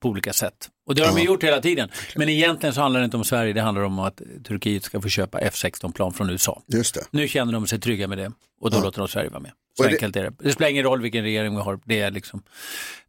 på olika sätt. Och det har de ju gjort hela tiden. Men egentligen så handlar det inte om Sverige, det handlar om att Turkiet ska få köpa F16-plan från USA.
Just det.
Nu känner de sig trygga med det och då låter de Sverige vara med. Så
Och är det-
enkelt är det. Det spelar ingen roll vilken regering vi har, det är, liksom,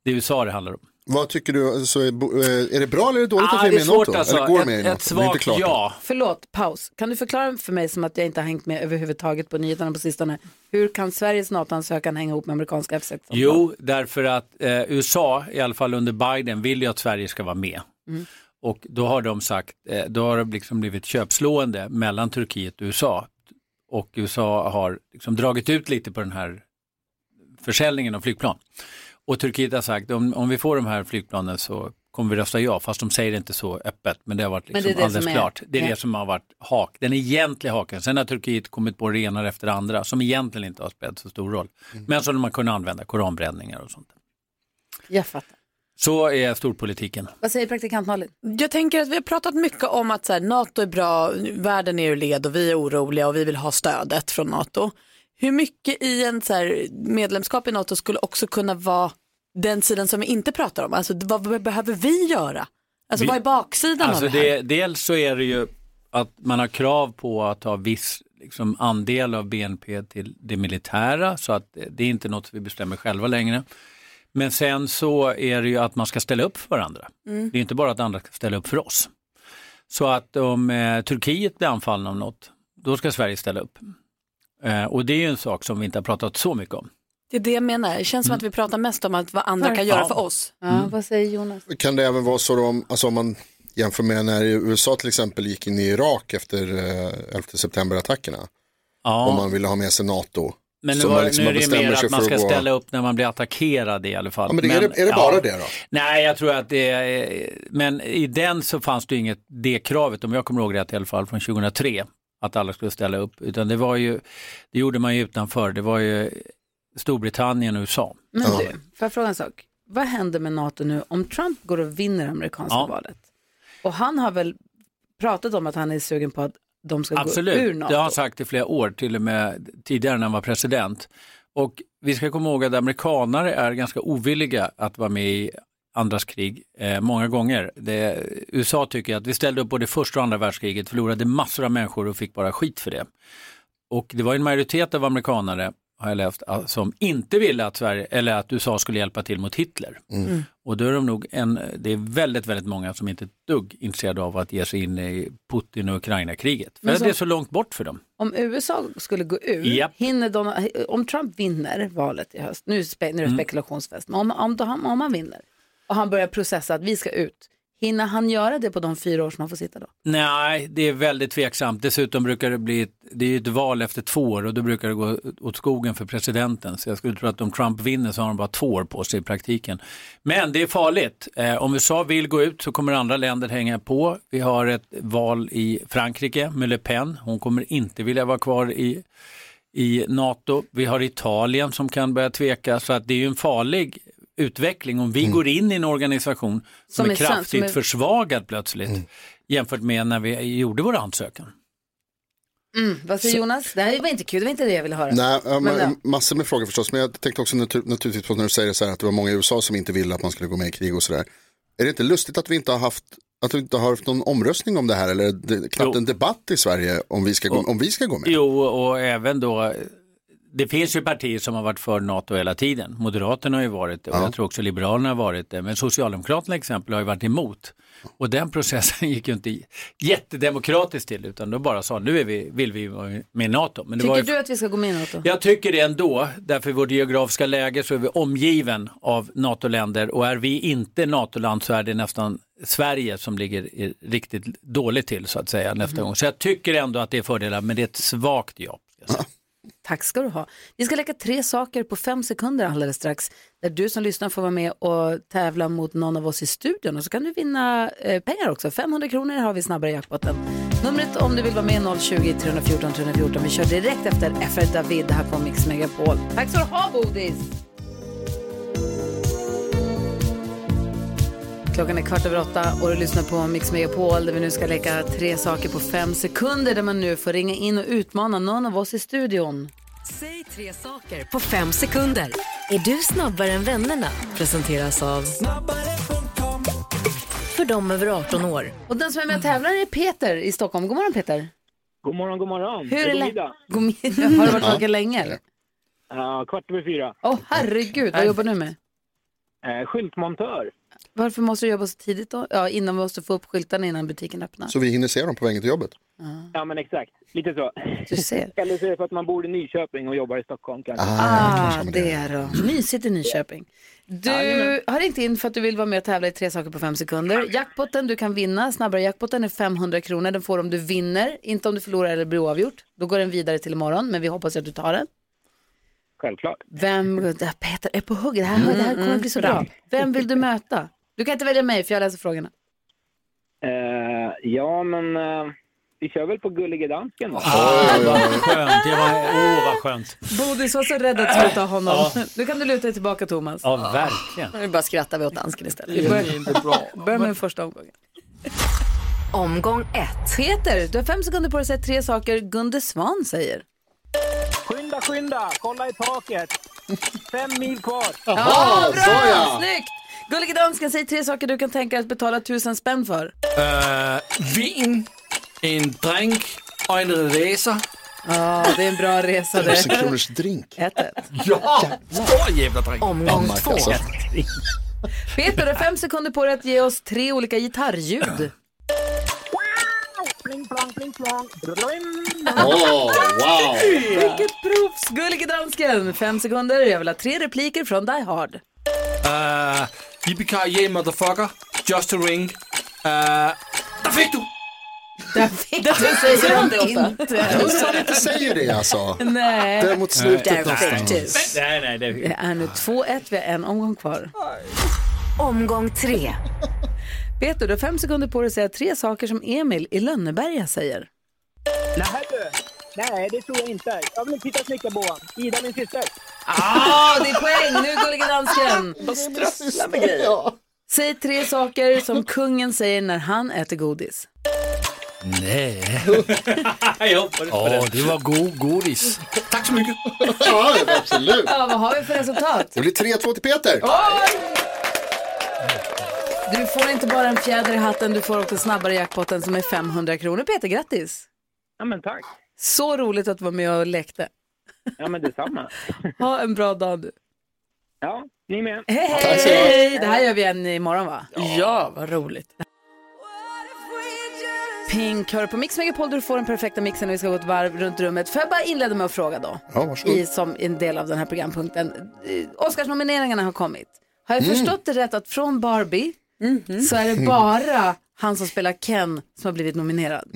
det är USA det handlar om.
Vad tycker du, alltså, är, bo- eh, är det bra eller är det dåligt att
Ah,
vi är
det
med
är
i
svårt
NATO?
alltså.
Eller går
Ett-
med i
ett
NATO? det är
svagt
inte klart.
ja.
Förlåt, paus. Kan du förklara för mig som att jag inte har hängt med överhuvudtaget på nyheterna på sistone. Hur kan Sveriges NATO-ansökan hänga ihop med amerikanska F-16?
Jo, därför att eh, USA, i alla fall under Biden, vill ju att Sverige ska vara med.
Mm.
Och då har de sagt, eh, då har det liksom blivit köpslående mellan Turkiet och USA. Och USA har liksom dragit ut lite på den här försäljningen av flygplan. Och Turkiet har sagt, om, om vi får de här flygplanen så kommer vi rösta ja, fast de säger det inte så öppet, men det har varit
Men det är
liksom
det
alldeles
som är-
klart. Det är
Ja.
det som har varit hak, den egentliga haken. Sen har Turkiet kommit på det ena efter det andra, som egentligen inte har spelat så stor roll,
Mm.
men som man kunde använda, koranbränningar och sånt.
Jag fattar.
Så är storpolitiken.
Vad säger praktikant Malin?
Jag tänker att vi har pratat mycket om att så här, NATO är bra, världen är ur led och vi är oroliga och vi vill ha stödet från NATO. Hur mycket i en så här, medlemskap i NATO skulle också kunna vara den sidan som vi inte pratar om? Alltså vad behöver vi göra? Alltså
Vi-
vad är baksidan
alltså
av det här?
det, dels så är det ju att man har krav på att ha viss liksom, andel av BNP till det militära så att det är inte något vi bestämmer själva längre. Men sen så är det ju att man ska ställa upp för varandra.
Mm.
Det är inte bara att andra ska ställa upp för oss. Så att om eh, Turkiet blir anfallna av något, då ska Sverige ställa upp. Eh, och det är ju en sak som vi inte har pratat så mycket om.
Det är det jag menar. Det känns som att vi pratar mest om att vad andra kan göra
Mm. Ja.
för oss.
Mm.
Ja, vad säger Jonas?
Kan det även vara så då om, alltså om man jämför med när USA till exempel gick in i Irak efter eh, 11 september-attackerna?
Ja.
Om man ville ha med sig NATO.
Men nu,
Så
var,
man liksom
nu är det ju
bestämmer
mer
sig
att man
för
ska
att gå-
ställa upp när man blir attackerad i alla fall.
Ja, men det- är det- är det bara det då?
Nej, jag tror att det är, men i den så fanns det ju inget, det kravet, om jag kommer ihåg rätt i alla fall, från 2003, att alla skulle ställa upp, utan det var ju, det gjorde man ju utanför, det var ju Storbritannien och USA.
Men du, får jag fråga en sak? Vad händer med NATO nu om Trump går och vinner det amerikanska
Ja.
valet? Och han har väl pratat om att han är sugen på att de ska gå ur
Absolut,
NATO?
det har han sagt i flera år, till och med tidigare när han var president. Och vi ska komma ihåg att amerikanare är ganska ovilliga att vara med i andras krig eh, många gånger. Det, USA tycker att vi ställde upp både första och andra världskriget, förlorade massor av människor och fick bara skit för det. Och det var en majoritet av amerikanare, har jag läst, eh, som inte ville att, Sverige, eller att USA skulle hjälpa till mot Hitler.
Mm.
Och då är de nog en, det är väldigt, väldigt många som inte är ett dugg intresserade av att ge sig in i Putin och Ukraina-kriget. För
Men
att det är
så-
så långt bort för dem.
Om USA skulle gå ur,
Japp.
hinner Donald, om Trump vinner valet i höst, nu, spe, nu är det
Mm.
spekulationsfest, men om, om, om, om han vinner och han börjar processa att vi ska ut, hinner han göra det på de fyra år som han får sitta då?
Nej, det är väldigt tveksamt. Dessutom brukar det bli, ett, det är ju ett val efter två år och då brukar det gå åt skogen för presidenten. Så jag skulle tro att om Trump vinner så har de bara två år på sig i praktiken. Men det är farligt. Eh, om USA vill gå ut så kommer andra länder hänga på. Vi har ett val i Frankrike med Le Pen. Hon kommer inte vilja vara kvar i i NATO. Vi har Italien som kan börja tveka så att det är ju en farlig utveckling om vi går in i en organisation som,
Som
är
är sant,
kraftigt
som är-
försvagad plötsligt jämfört med när vi gjorde vår ansökan.
Mm, vad säger Jonas? Det här var inte kul, det var inte det jag ville höra.
Nej, ja,
Men, ja.
ma- massor med frågor förstås. Men jag tänkte också natur naturligtvis på när du säger så här att det var många i USA som inte ville att man skulle gå med i krig och sådär. Är det inte lustigt att vi inte har haft att du inte har haft någon omröstning om det här eller det, knappt en debatt i Sverige om vi ska gå, om vi ska gå med?
Jo, och även då, det finns ju partier som har varit för NATO hela tiden. Moderaterna har ju varit det och
Ja.
jag tror också Liberalerna har varit det. Men Socialdemokraterna till exempel har ju varit emot. Och den processen [LAUGHS] gick ju inte j- jättedemokratiskt till utan de bara sa nu är vi, vill vi vara med i NATO. Men det var
Tycker
ju
du att vi ska gå med i NATO?
jag tycker det ändå, därför i vårt geografiska läge så är vi omgiven av NATO-länder och är vi inte NATO-land så är det nästan Sverige som ligger i- riktigt dåligt till så att säga nästa
Mm.
Mhm.
gång. Så jag tycker ändå att det är fördelar, men det är ett svagt ja.
Tack ska du ha. Vi ska leka tre saker på fem sekunder alldeles strax. Där du som lyssnar får vara med och tävla mot någon av oss i studion. Och så kan du vinna eh, pengar också. 500 kronor har vi snabbare i jackpotten. Numret om du vill vara med är 020 314 314. Vi kör direkt efter FR David. Det här på Mix Megapol. Tack ska du ha, Bodis! Klockan är kvart över åtta och du lyssnar på Mix Megapol där vi nu ska leka tre saker på fem sekunder där man nu får ringa in och utmana någon av oss i studion.
Säg tre saker på fem sekunder. Är du snabbare än vännerna? Presenteras av För dem över 18 år.
Och den som är med och tävlar är Peter i Stockholm. God morgon Peter!
God morgon, god morgon.
Hur är
god
lä-
middag.
God middag. Har du varit
Ja.
vaken länge? eller?
Ja, kvart över fyra.
Åh herregud, vad jobbar du med?
Eh, skyltmontör.
Varför måste du jobba så tidigt då? Ja, innan vi måste få upp skyltarna innan butiken öppnar.
Så vi hinner se dem på vägen till jobbet.
Ja, men exakt. Lite så.
Du ser.
Eller så är det för att man bor i Nyköping och jobbar i Stockholm kanske.
Ah, det då. Mysigt i Nyköping. Du
Jajamän.
har ringt in för att du vill vara med och tävla i tre saker på fem sekunder. Jackpotten du kan vinna, snabbare jackpotten är 500 kronor. Den får du om du vinner, inte om du förlorar eller blir oavgjort. Då går den vidare till imorgon, men vi hoppas att du tar den.
Självklart.
Vem, det här Peter är på hugget, det här, det här kommer
mm,
bli så
bra.
bra. Vem vill du möta? Du kan inte välja mig för jag läser frågorna.
Eh, ja, men eh, vi kör väl på Gullige Dansken då.
Ah.
Skönt, jag var, åh vad skönt.
Bodis var så rädd att sluta honom.
Ja.
Nu kan du luta dig tillbaka Thomas.
Ja, verkligen.
Nu bara skrattar vi åt dansken istället.
Det
börjar-
är inte bra.
Börja med den första omgången.
Omgång ett.
Peter, du har fem sekunder på dig att säga tre saker Gunde Svan säger.
Skynda, skynda! Kolla i taket! Fem mil kvar.
Ja, bra! Snyggt! Gullige dansken, säg tre saker du kan tänka dig att betala tusen spänn för.
Eh, vin, en drink och en resa.
Ja, det är en bra resa det.
Tusen kronors
drink.
Ett, ett.
Ja, stor jävla drink.
Omgång
två. Peter, du har fem sekunder på dig att ge oss tre olika gitarrljud.
Pling, plong, pling, plong.
Åh, wow.
Vilket proffs! Gullige dansken, fem sekunder. Jag vill ha tre repliker från Die Hard.
Uh, Yippee yay motherfucker, just a ring. Uh, där fick du!
Där fick
Där fick du
inte.
Jag sa det inte säger det alltså.
Nej.
Däremot slutet
Där fick
någonstans.
du.
Nej, nej, det
Det är nu 2-1, vi har en omgång kvar.
Omgång tre.
Peter, du har fem sekunder på dig att säga tre saker som Emil i Lönneberga säger.
Nej, du. Nej, det tror jag inte. Jag vill inte titta snickarboan. Ida, min syster.
Ah, det är poäng! Nu går Gullige dansken.
Vad strösslar med grejer.
Säg tre saker som kungen säger när han äter godis.
Nej.
jag hoppades
på den. det var god [LAUGHS] godis. Tack så mycket.
Ja, det var absolut.
Ja, vad har vi för resultat?
Det blir 3-2 till Peter.
Du får inte bara en fjäder i hatten, du får också snabbare jackpotten som är 500 kronor. Peter, grattis!
Ja, men tack.
Så roligt att du var med och lekte.
Ja, men detsamma.
Ha en bra dag du.
Ja, ni med.
Hej,
Tack så
hej! Det här gör vi igen imorgon va?
Ja, vad roligt.
Pink hör på Mix Megapol där du får den perfekta mixen och vi ska gå ett varv runt rummet. Får jag bara inleda med att fråga då?
Ja, varsågod.
I, som en del av den här programpunkten. Eh, Oscarsnomineringarna har kommit. Har jag
Mm.
förstått det rätt att från Barbie så är det bara han som spelar Ken som har blivit nominerad?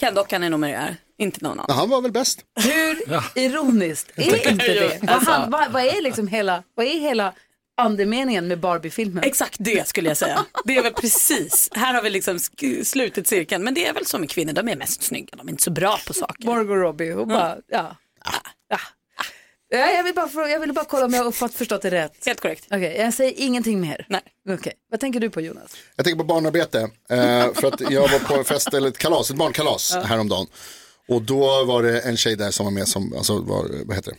Ken Dockan är nominerad, inte någon annan.
Han var väl bäst?
Hur ironiskt är inte det? Vad, han, vad, vad, är liksom hela, vad är hela andemeningen med Barbie-filmen?
Exakt det skulle jag säga. Det är väl precis, här har vi liksom sk- slutit cirkeln. Men det är väl som med kvinnor, de är mest snygga, de är inte så bra på saker.
Margot Robbie, hon bara, ja. Ja, jag vill bara, fråga, jag vill bara kolla om jag har uppfatt- förstått det rätt.
Helt korrekt.
Okej, jag säger ingenting mer. Nej. Okej, vad tänker du på Jonas?
Jag tänker på barnarbete. Eh, för att jag var på en fest, eller ett kalas, ett barnkalas
Ja.
häromdagen. Och då var det en tjej där som var med som, alltså var, vad heter det?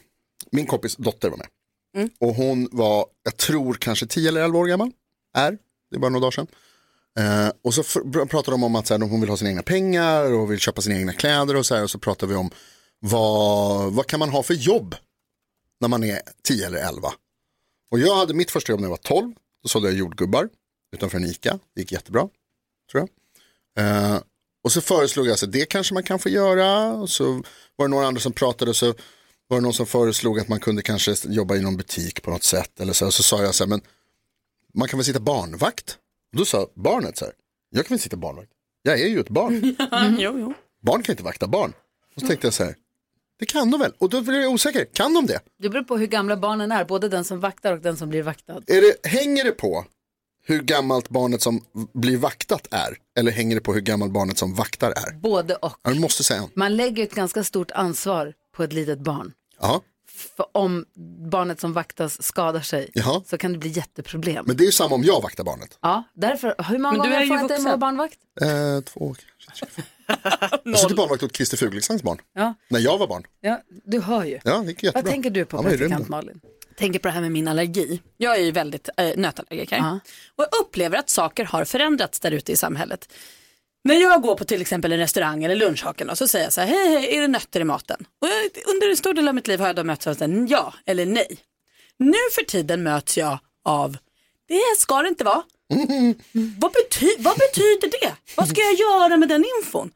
Min kompis dotter var med. Och hon var, jag tror kanske 10 eller 11 år gammal. Är, det är bara några dagar sedan. Eh, och så f- pratar de om att så här, de- hon vill ha sina egna pengar och vill köpa sina egna kläder och så här. Och så pratar vi om vad, vad kan man ha för jobb när man är 10 eller 11. Och jag hade mitt första jobb när jag var 12. Då sålde jag jordgubbar utanför en ICA. Det gick jättebra, tror jag. Eh, och så föreslog jag så det kanske man kan få göra. Och så var det några andra som pratade och så var det någon som föreslog att man kunde kanske jobba i någon butik på något sätt. Eller så, här. så sa jag så här, men man kan väl sitta barnvakt? Och då sa barnet så här, jag kan väl sitta barnvakt? Jag är ju
[LAUGHS]
ett barn.
jo, jo.
Barn kan inte vakta barn. Och så tänkte jag så här, det kan de väl? Och då blev jag osäker, kan de det?
Det beror på hur gamla barnen är, både den som vaktar och den som blir vaktad.
Är det, hänger det på hur gammalt barnet som blir vaktat är? Eller hänger det på hur gammalt barnet som vaktar är?
Både och.
Ja, Du måste säga en.
Man lägger ett ganska stort ansvar på ett litet barn.
Ja,
För om barnet som vaktas skadar sig
Jaha.
så kan det bli jätteproblem.
men det är ju samma om jag vaktar barnet.
Ja, därför, hur många
Men
gånger
du är
har
ju
jag inte en
vuxen.
barnvakt?
Eh, två,
[LAUGHS]
kanske tre. Jag satt i barnvakt åt Christer Fuglingsangs barn.
Ja.
När jag var barn.
Ja, du hör ju.
Ja, det gick jättebra.
Vad tänker du på,
Han var ju rymd.
praktikant Malin?
tänker på det här med min allergi. Jag är ju väldigt eh, nötallergiker och jag upplever att saker har förändrats där ute i samhället. När jag går på till exempel en restaurang eller lunchhaken och så säger jag så här, hej, hej, är det nötter i maten? Och jag, under en stor del av mitt liv har jag då mötts av så här, ja eller nej. Nu för tiden möts jag av, det ska det
[LAUGHS]
inte vara. Vad, bety vad betyder det? Vad ska jag göra med den infon?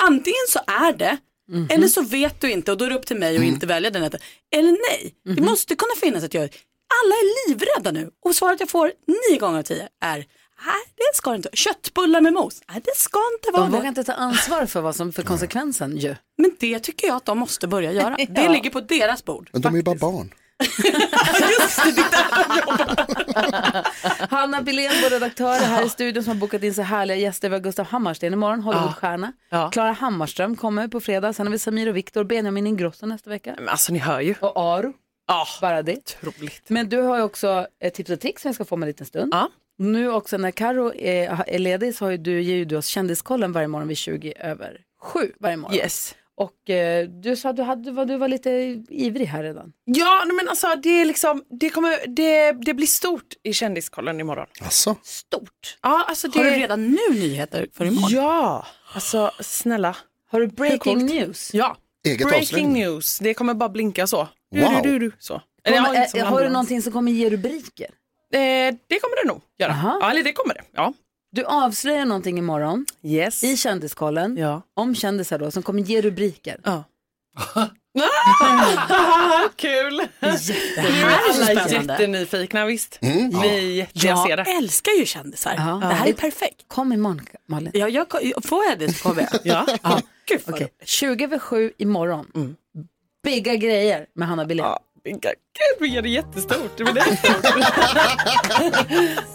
Antingen så är det,
Mhm.
eller så vet du inte och då är det upp till mig att
Mm.
inte välja den rätta. Eller nej,
Mhm.
det måste kunna finnas ett jag. Alla är livrädda nu och svaret jag får nio gånger av tio är nej det ska det inte vara." Köttbullar med mos, nej det ska inte vara
De
det.
vågar inte ta ansvar för, vad som, för konsekvensen ju.
Men det tycker jag att de måste börja
[LAUGHS]
göra. Det
Ja.
ligger på deras bord.
Men de är ju bara barn.
Hanna Billén, vår redaktör, är här i studion som har bokat in så härliga gäster. Vi har Gustav Hammarsten imorgon, Hollywoodstjärna. Klara Hammarström kommer på fredag. Sen har vi Samir och Viktor, Benjamin Ingrosso nästa vecka.
Men alltså ni hör ju. Ah,
Och Aro. Bara det. Otroligt. Men du har ju också ett tips och tricks som jag ska få om en liten stund. Nu också när Karo är, är ledig så har ju du, ger ju du oss Kändiskollen varje morgon vid 20 över 7 varje morgon.
Yes.
Och eh, du sa att du, hade, du, var, du var lite ivrig här redan.
Ja, nej, men alltså det är liksom, det, kommer, det, det blir stort i Kändiskollen imorgon.
Alltså.
Stort? Ja, alltså det...
Har du redan nu nyheter för imorgon?
Ja, alltså snälla.
Har du
breaking
news?
Ja,
Eget
breaking
avslöjande.
news. Det kommer bara blinka så. Du,
Wow.
du, du, du, så. Eller, ja,
Kommer,
inte som
eh, har du
ambulans.
någonting som kommer ge rubriker?
Eh, det kommer det nog göra. Ja, eller det kommer det. Ja.
Du avslöjar någonting imorgon
yes.
i Kändiskollen om kändisar då, som kommer ge rubriker.
Ja. Kul! Alla
Jättehärligt.
är jättenyfikna, visst. Vi, ja. jag ser det.
Jag älskar ju kändisar. Det här är perfekt.
Kom imorgon, Malin.
Ja, jag, får jag det så kommer [LAUGHS] jag.
ja.
ja. Gud, 20 över 7 imorgon. Bigga grejer med Hanna Billén.
Vilka- Gud, vilka det är jättestort. Det blir det.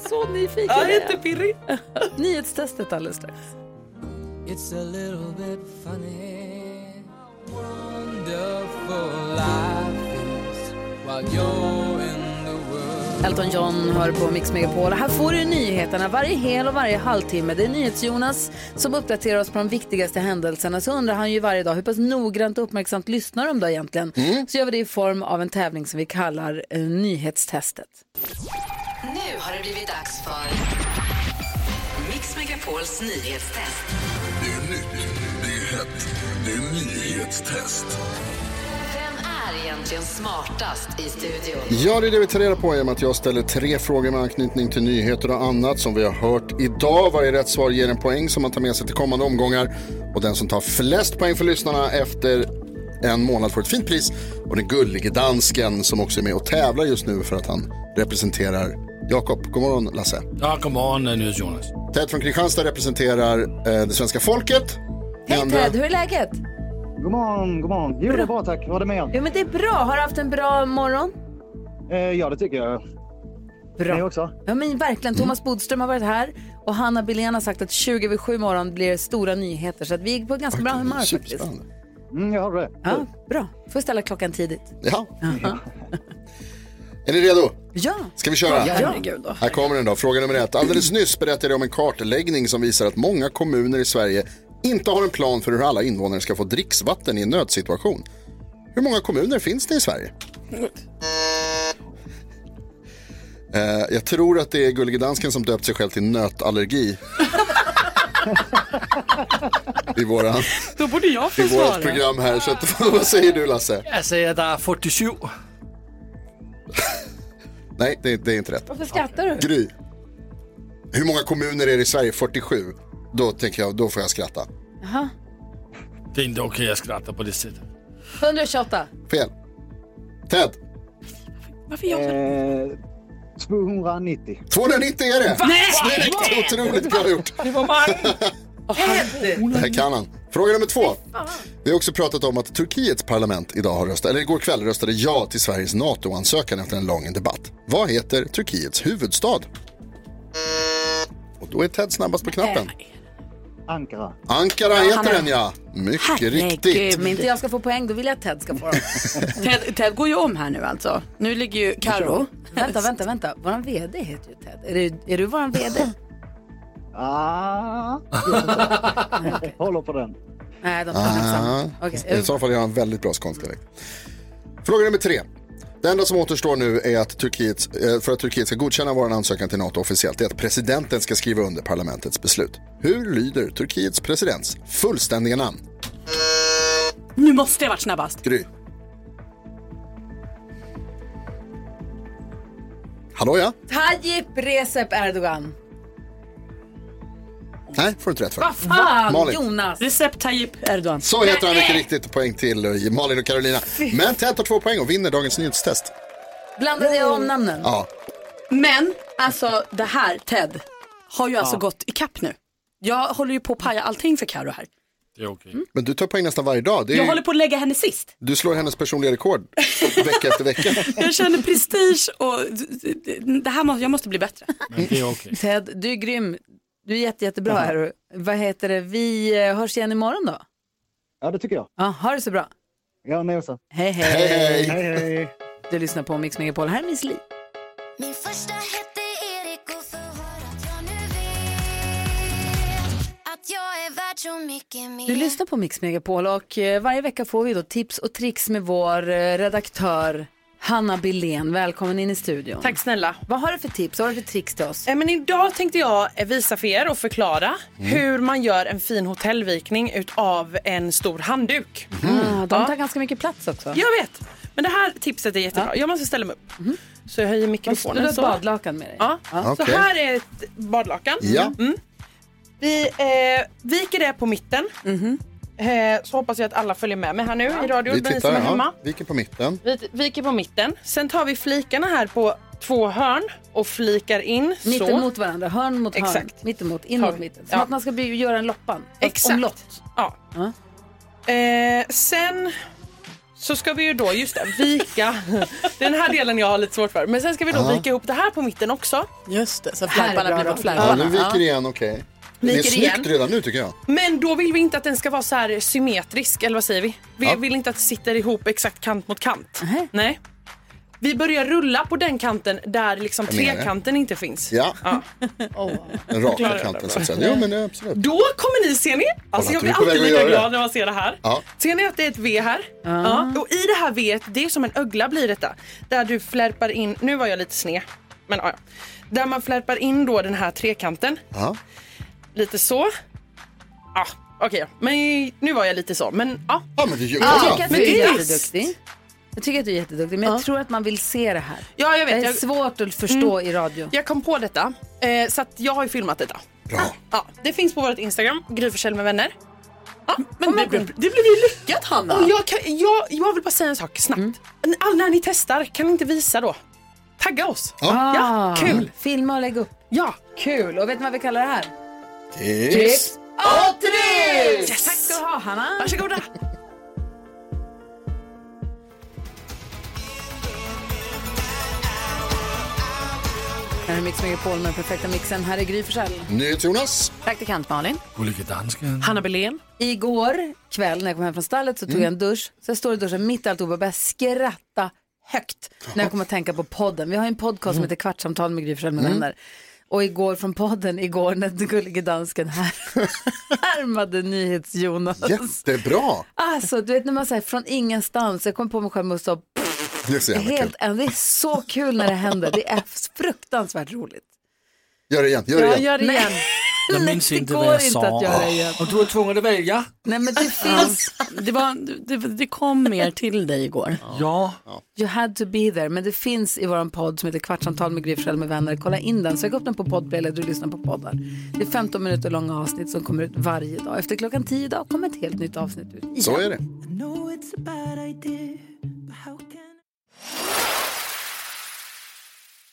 Så nyfiken
Ja,
är jag.
jättepirrigt.
Nyhetstestet alldeles strax.
It's a little bit funny. Wonderful life is while you're in the world.
Elton John hör på Mix Megapol. Här får du nyheterna varje hel och varje halvtimme. Det är NyhetsJonas som uppdaterar oss på de viktigaste händelserna. Så undrar han ju varje dag hur pass noggrant och uppmärksamt lyssnar de då egentligen. Så gör vi det i form av en tävling som vi kallar eh, Nyhetstestet.
Nu har det blivit dags för Mix Megapols nyhetstest.
Det är nytt, det är hett, det är nyhetstest.
Vem är egentligen smartast i studion?
Ja, det är det vi tar reda på genom att jag ställer tre frågor med anknytning till nyheter och annat som vi har hört idag. Varje rätt svar ger en poäng som man tar med sig till kommande omgångar. Och den som tar flest poäng för lyssnarna efter en månad får ett fint pris. Och den gullige dansken som också är med och tävlar just nu för att han representerar Jakob. God morgon Lasse.
Ja, god morgon eh, NyhetsJonas.
Ted från Kristianstad representerar eh, det svenska folket. Ni
Hej
andra-
Ted, hur är läget?
God morgon, god morgon. Jo, det är bra tack. Hur är det med er?
Jo men det är bra, har du haft en bra morgon?
Eh, ja, det tycker jag.
Bra.
Ni också?
Ja men verkligen, Thomas Bodström har varit här och Hanna Billén har sagt att 20 över 7 morgon blir det stora nyheter. Så att vi är på ganska bra humör faktiskt.
Mm, jag hörde det.
Ah.
Ja, bra. Får ställa klockan tidigt.
Ja. [LAUGHS] Är ni redo?
Ja.
Ska vi köra?
Ja, herregud då.
Här kommer den då, fråga nummer ett. Alldeles nyss berättade jag om en kartläggning som visar att många kommuner i Sverige inte har en plan för hur alla invånare ska få dricksvatten i en nödsituation. Hur många kommuner finns det i Sverige? Eh, jag tror att det är Gullige Dansken som döpt sig själv till
[LAUGHS]
nötallergi. I våran,
Då borde jag
i
få svara.
vårat program här. Så att, [LAUGHS] vad säger du Lasse?
Jag säger där 47.
Nej, det, det är inte rätt.
Varför skrattar du?
Gry. Hur många kommuner är det i Sverige? 47. Då tänker jag, då får jag skratta.
Jaha.
Det är inte okej att skratta på det sättet.
128.
Fel. Ted.
Varför
Eh, 290.
290 är det!
Nej!
Snyggt! Otroligt bra gjort.
Det var Mark.
Det här kan han. Fråga nummer två. Vi har också pratat om att Turkiets parlament idag har röstat, eller igår kväll röstade ja till Sveriges NATO-ansökan efter en lång debatt. Vad heter Turkiets huvudstad? Och då är Ted snabbast på knappen.
Ankara.
Ankara
Ja, han
heter
är-
den ja. Mycket riktigt.
Om inte jag ska få poäng då vill jag att Ted ska få dem.
Ted, Ted går ju om här nu alltså. Nu ligger ju Karo.
vänta, vänta, vänta. Våran VD heter ju Ted. Är du, är du våran VD?
Ah, jag håller på den.
Nej, de tar ah.
Ah,
Okej.
I så fall är han väldigt bra skånsdialekt. Fråga nummer tre. Det enda som återstår nu är att Turkiet, eh, för att Turkiet ska godkänna vår ansökan till NATO officiellt det är att presidenten ska skriva under parlamentets beslut. Hur lyder Turkiets presidents fullständiga namn?
Nu måste jag varit snabbast.
Gry. Hallå ja?
Tayyip Recep Erdogan.
Nej, får du inte rätt för.
Vad fan,
Malin.
Jonas!
Recep Tayyip Erdogan.
Så heter han mycket riktigt. Poäng till eh, Malin och Carolina. Men Ted tar två poäng och vinner dagens nyhetstest.
Blandade jag om namnen?
Ja,
Men alltså det här Ted har ju alltså
Ja.
gått i kapp nu. Jag håller ju på att paja allting för Karo här.
det är okej. Men du tar poäng nästan varje dag. Det är
Jag
ju-
håller på att lägga henne sist.
Du slår hennes personliga rekord vecka
[LAUGHS]
efter vecka.
Mm.
Jag känner prestige och det här måste, jag måste bli bättre.
Men det är okej.
Ted, du är grym. Du är jätte, jättebra här. Och Vad heter det? Vi eh, hörs igen imorgon då.
Ja, det tycker jag.
Ja, ha det så bra.
Ja, men också.
Hej, hej.
Hej, hej.
Du lyssnar på Mix Megapol. Här är Miss Li.
Min första hette Erik och för att jag nu vet att jag är värd så mycket mer
Du lyssnar på Mix Megapol och eh, varje vecka får vi då tips och tricks med vår eh, redaktör Hanna Billén. Välkommen in i studion.
Tack snälla.
Vad har du för tips? Vad har du för tricks till oss?
Eh, Men idag tänkte jag eh, visa för er och förklara
Mm.
hur man gör en fin hotellvikning utav en stor handduk.
Ah, de tar ganska mycket plats också.
Jag vet, men det här tipset är jättebra. Jag måste ställa mig upp. Så jag höjer mikrofonen.
Mhm. Du har ett
så.
badlakan med dig.
Ja.
Ja.
Så
Okej.
här är ett badlakan.
Ja.
Mm. Vi eh, viker det på mitten.
Mhm.
Eh, så hoppas jag att alla följer med mig här nu i radion.
Vi
men ni som
tittar,
är
ja,
hemma.
viker på mitten.
Vi viker på mitten. Sen tar vi flikarna här på två hörn och flikar in.
Mitten
så.
mot varandra, hörn mot hörn,
Exakt.
mitten mot, in mot
Tar-
mitten. Som
ja.
att man ska bli, göra en loppan. fast
Exakt.
Omlott.
Ja. Eh, sen så ska vi ju då, just det,
[LAUGHS]
vika. Det är den här delen jag har lite svårt för. Men sen ska vi då
Ja.
vika ihop det här på mitten också.
Just det, så
flärparna blir mot
Ja, nu viker det igen, okej. Det är
Viker igen.
snyggt redan nu tycker jag.
Men då vill vi inte att den ska vara så här symmetrisk, eller vad säger vi? Vi
Ja.
vill inte att det sitter ihop exakt kant mot kant. Nej. Vi börjar rulla på den kanten där liksom
Jag menar det.
trekanten inte finns.
Ja, den raka
Klarar jag
kanten
det
så att
bra?
säga. Jo, men det- absolut.
Då kommer ni, ser ni? Alltså
Kolla,
jag
du
blir
är på
alltid
väg att
lika
göra det.
glad när man ser det här.
Ja.
Ser ni att det är ett V här? Ja. Och i det här V, det är som en ögla blir detta. Där du flärpar in, nu var jag lite sned. Men ja, ja. Där man flärpar in då den här trekanten.
Ja.
Lite så. Ja, okej. Men nu var jag lite så. Men ja.
Ja, men det är
Jag tycker att
men
du är
det är
jätteduktig. Jag tycker att du är jätteduktig, men jag tror att man vill se det här.
Ja, jag vet.
Det är
Jag-
svårt att förstå
Mm.
i radio.
Jag kom på detta, eh, så att jag har ju filmat detta.
Bra.
Ja, det finns på vårt Instagram, Gry Forssell med vänner. Ja, men det,
blev- det blev ju lyckat Hanna. Mm.
Och jag, kan, jag, jag vill bara säga en sak snabbt. N- Alla när ni testar, kan ni inte visa då? Tagga oss.
Ah.
Ja, kul.
Filma och lägg upp.
Ja.
Kul. Och vet ni vad vi kallar det här?
Tips.
och tricks!
Yes.
Tack ska du ha, Hanna.
Varsågoda.
Här är Mix Megapol med perfekta mixen. Här är Gry Forssell.
Jonas.
Praktikant Malin.
Gullige dansken.
Hanna Belén.
Igår kväll när jag kom hem från stallet så tog jag en dusch. Så jag står i duschen mitt i alltihopa och börjar skratta högt när jag kommer att tänka på podden. Vi har ju en podcast som heter Kvartsamtal med Gry Forssell med
Mm.
vänner. Och igår från podden, igår när gullige dansken [LAUGHS] här härmade NyhetsJonas.
Jättebra.
Alltså, du vet när man säger från ingenstans, jag kom på mig själv och sa pff,
Det är så
Det är,
jävla kul.
helt, det är så kul när det händer. Det är fruktansvärt roligt.
Gör det igen, gör det igen.
Nej. [LAUGHS]
Jag
Nej,
minns
det
inte
går
vad jag
inte
sa. Alltså.
att göra igen.
Och du var tvungen att välja?
Nej
[LAUGHS]
men det finns,
det, var, det, det kom mer till dig igår.
Ja.
You had to be there, men det finns i vår podd som heter Kvartsamtal med Gry Forssell med vänner. Kolla in den, sök upp den på Podplay eller du lyssnar på poddar. Det är 15 minuter långa avsnitt som kommer ut varje dag. Efter klockan 10 idag kommer ett helt nytt avsnitt ut. igen.
Så är det.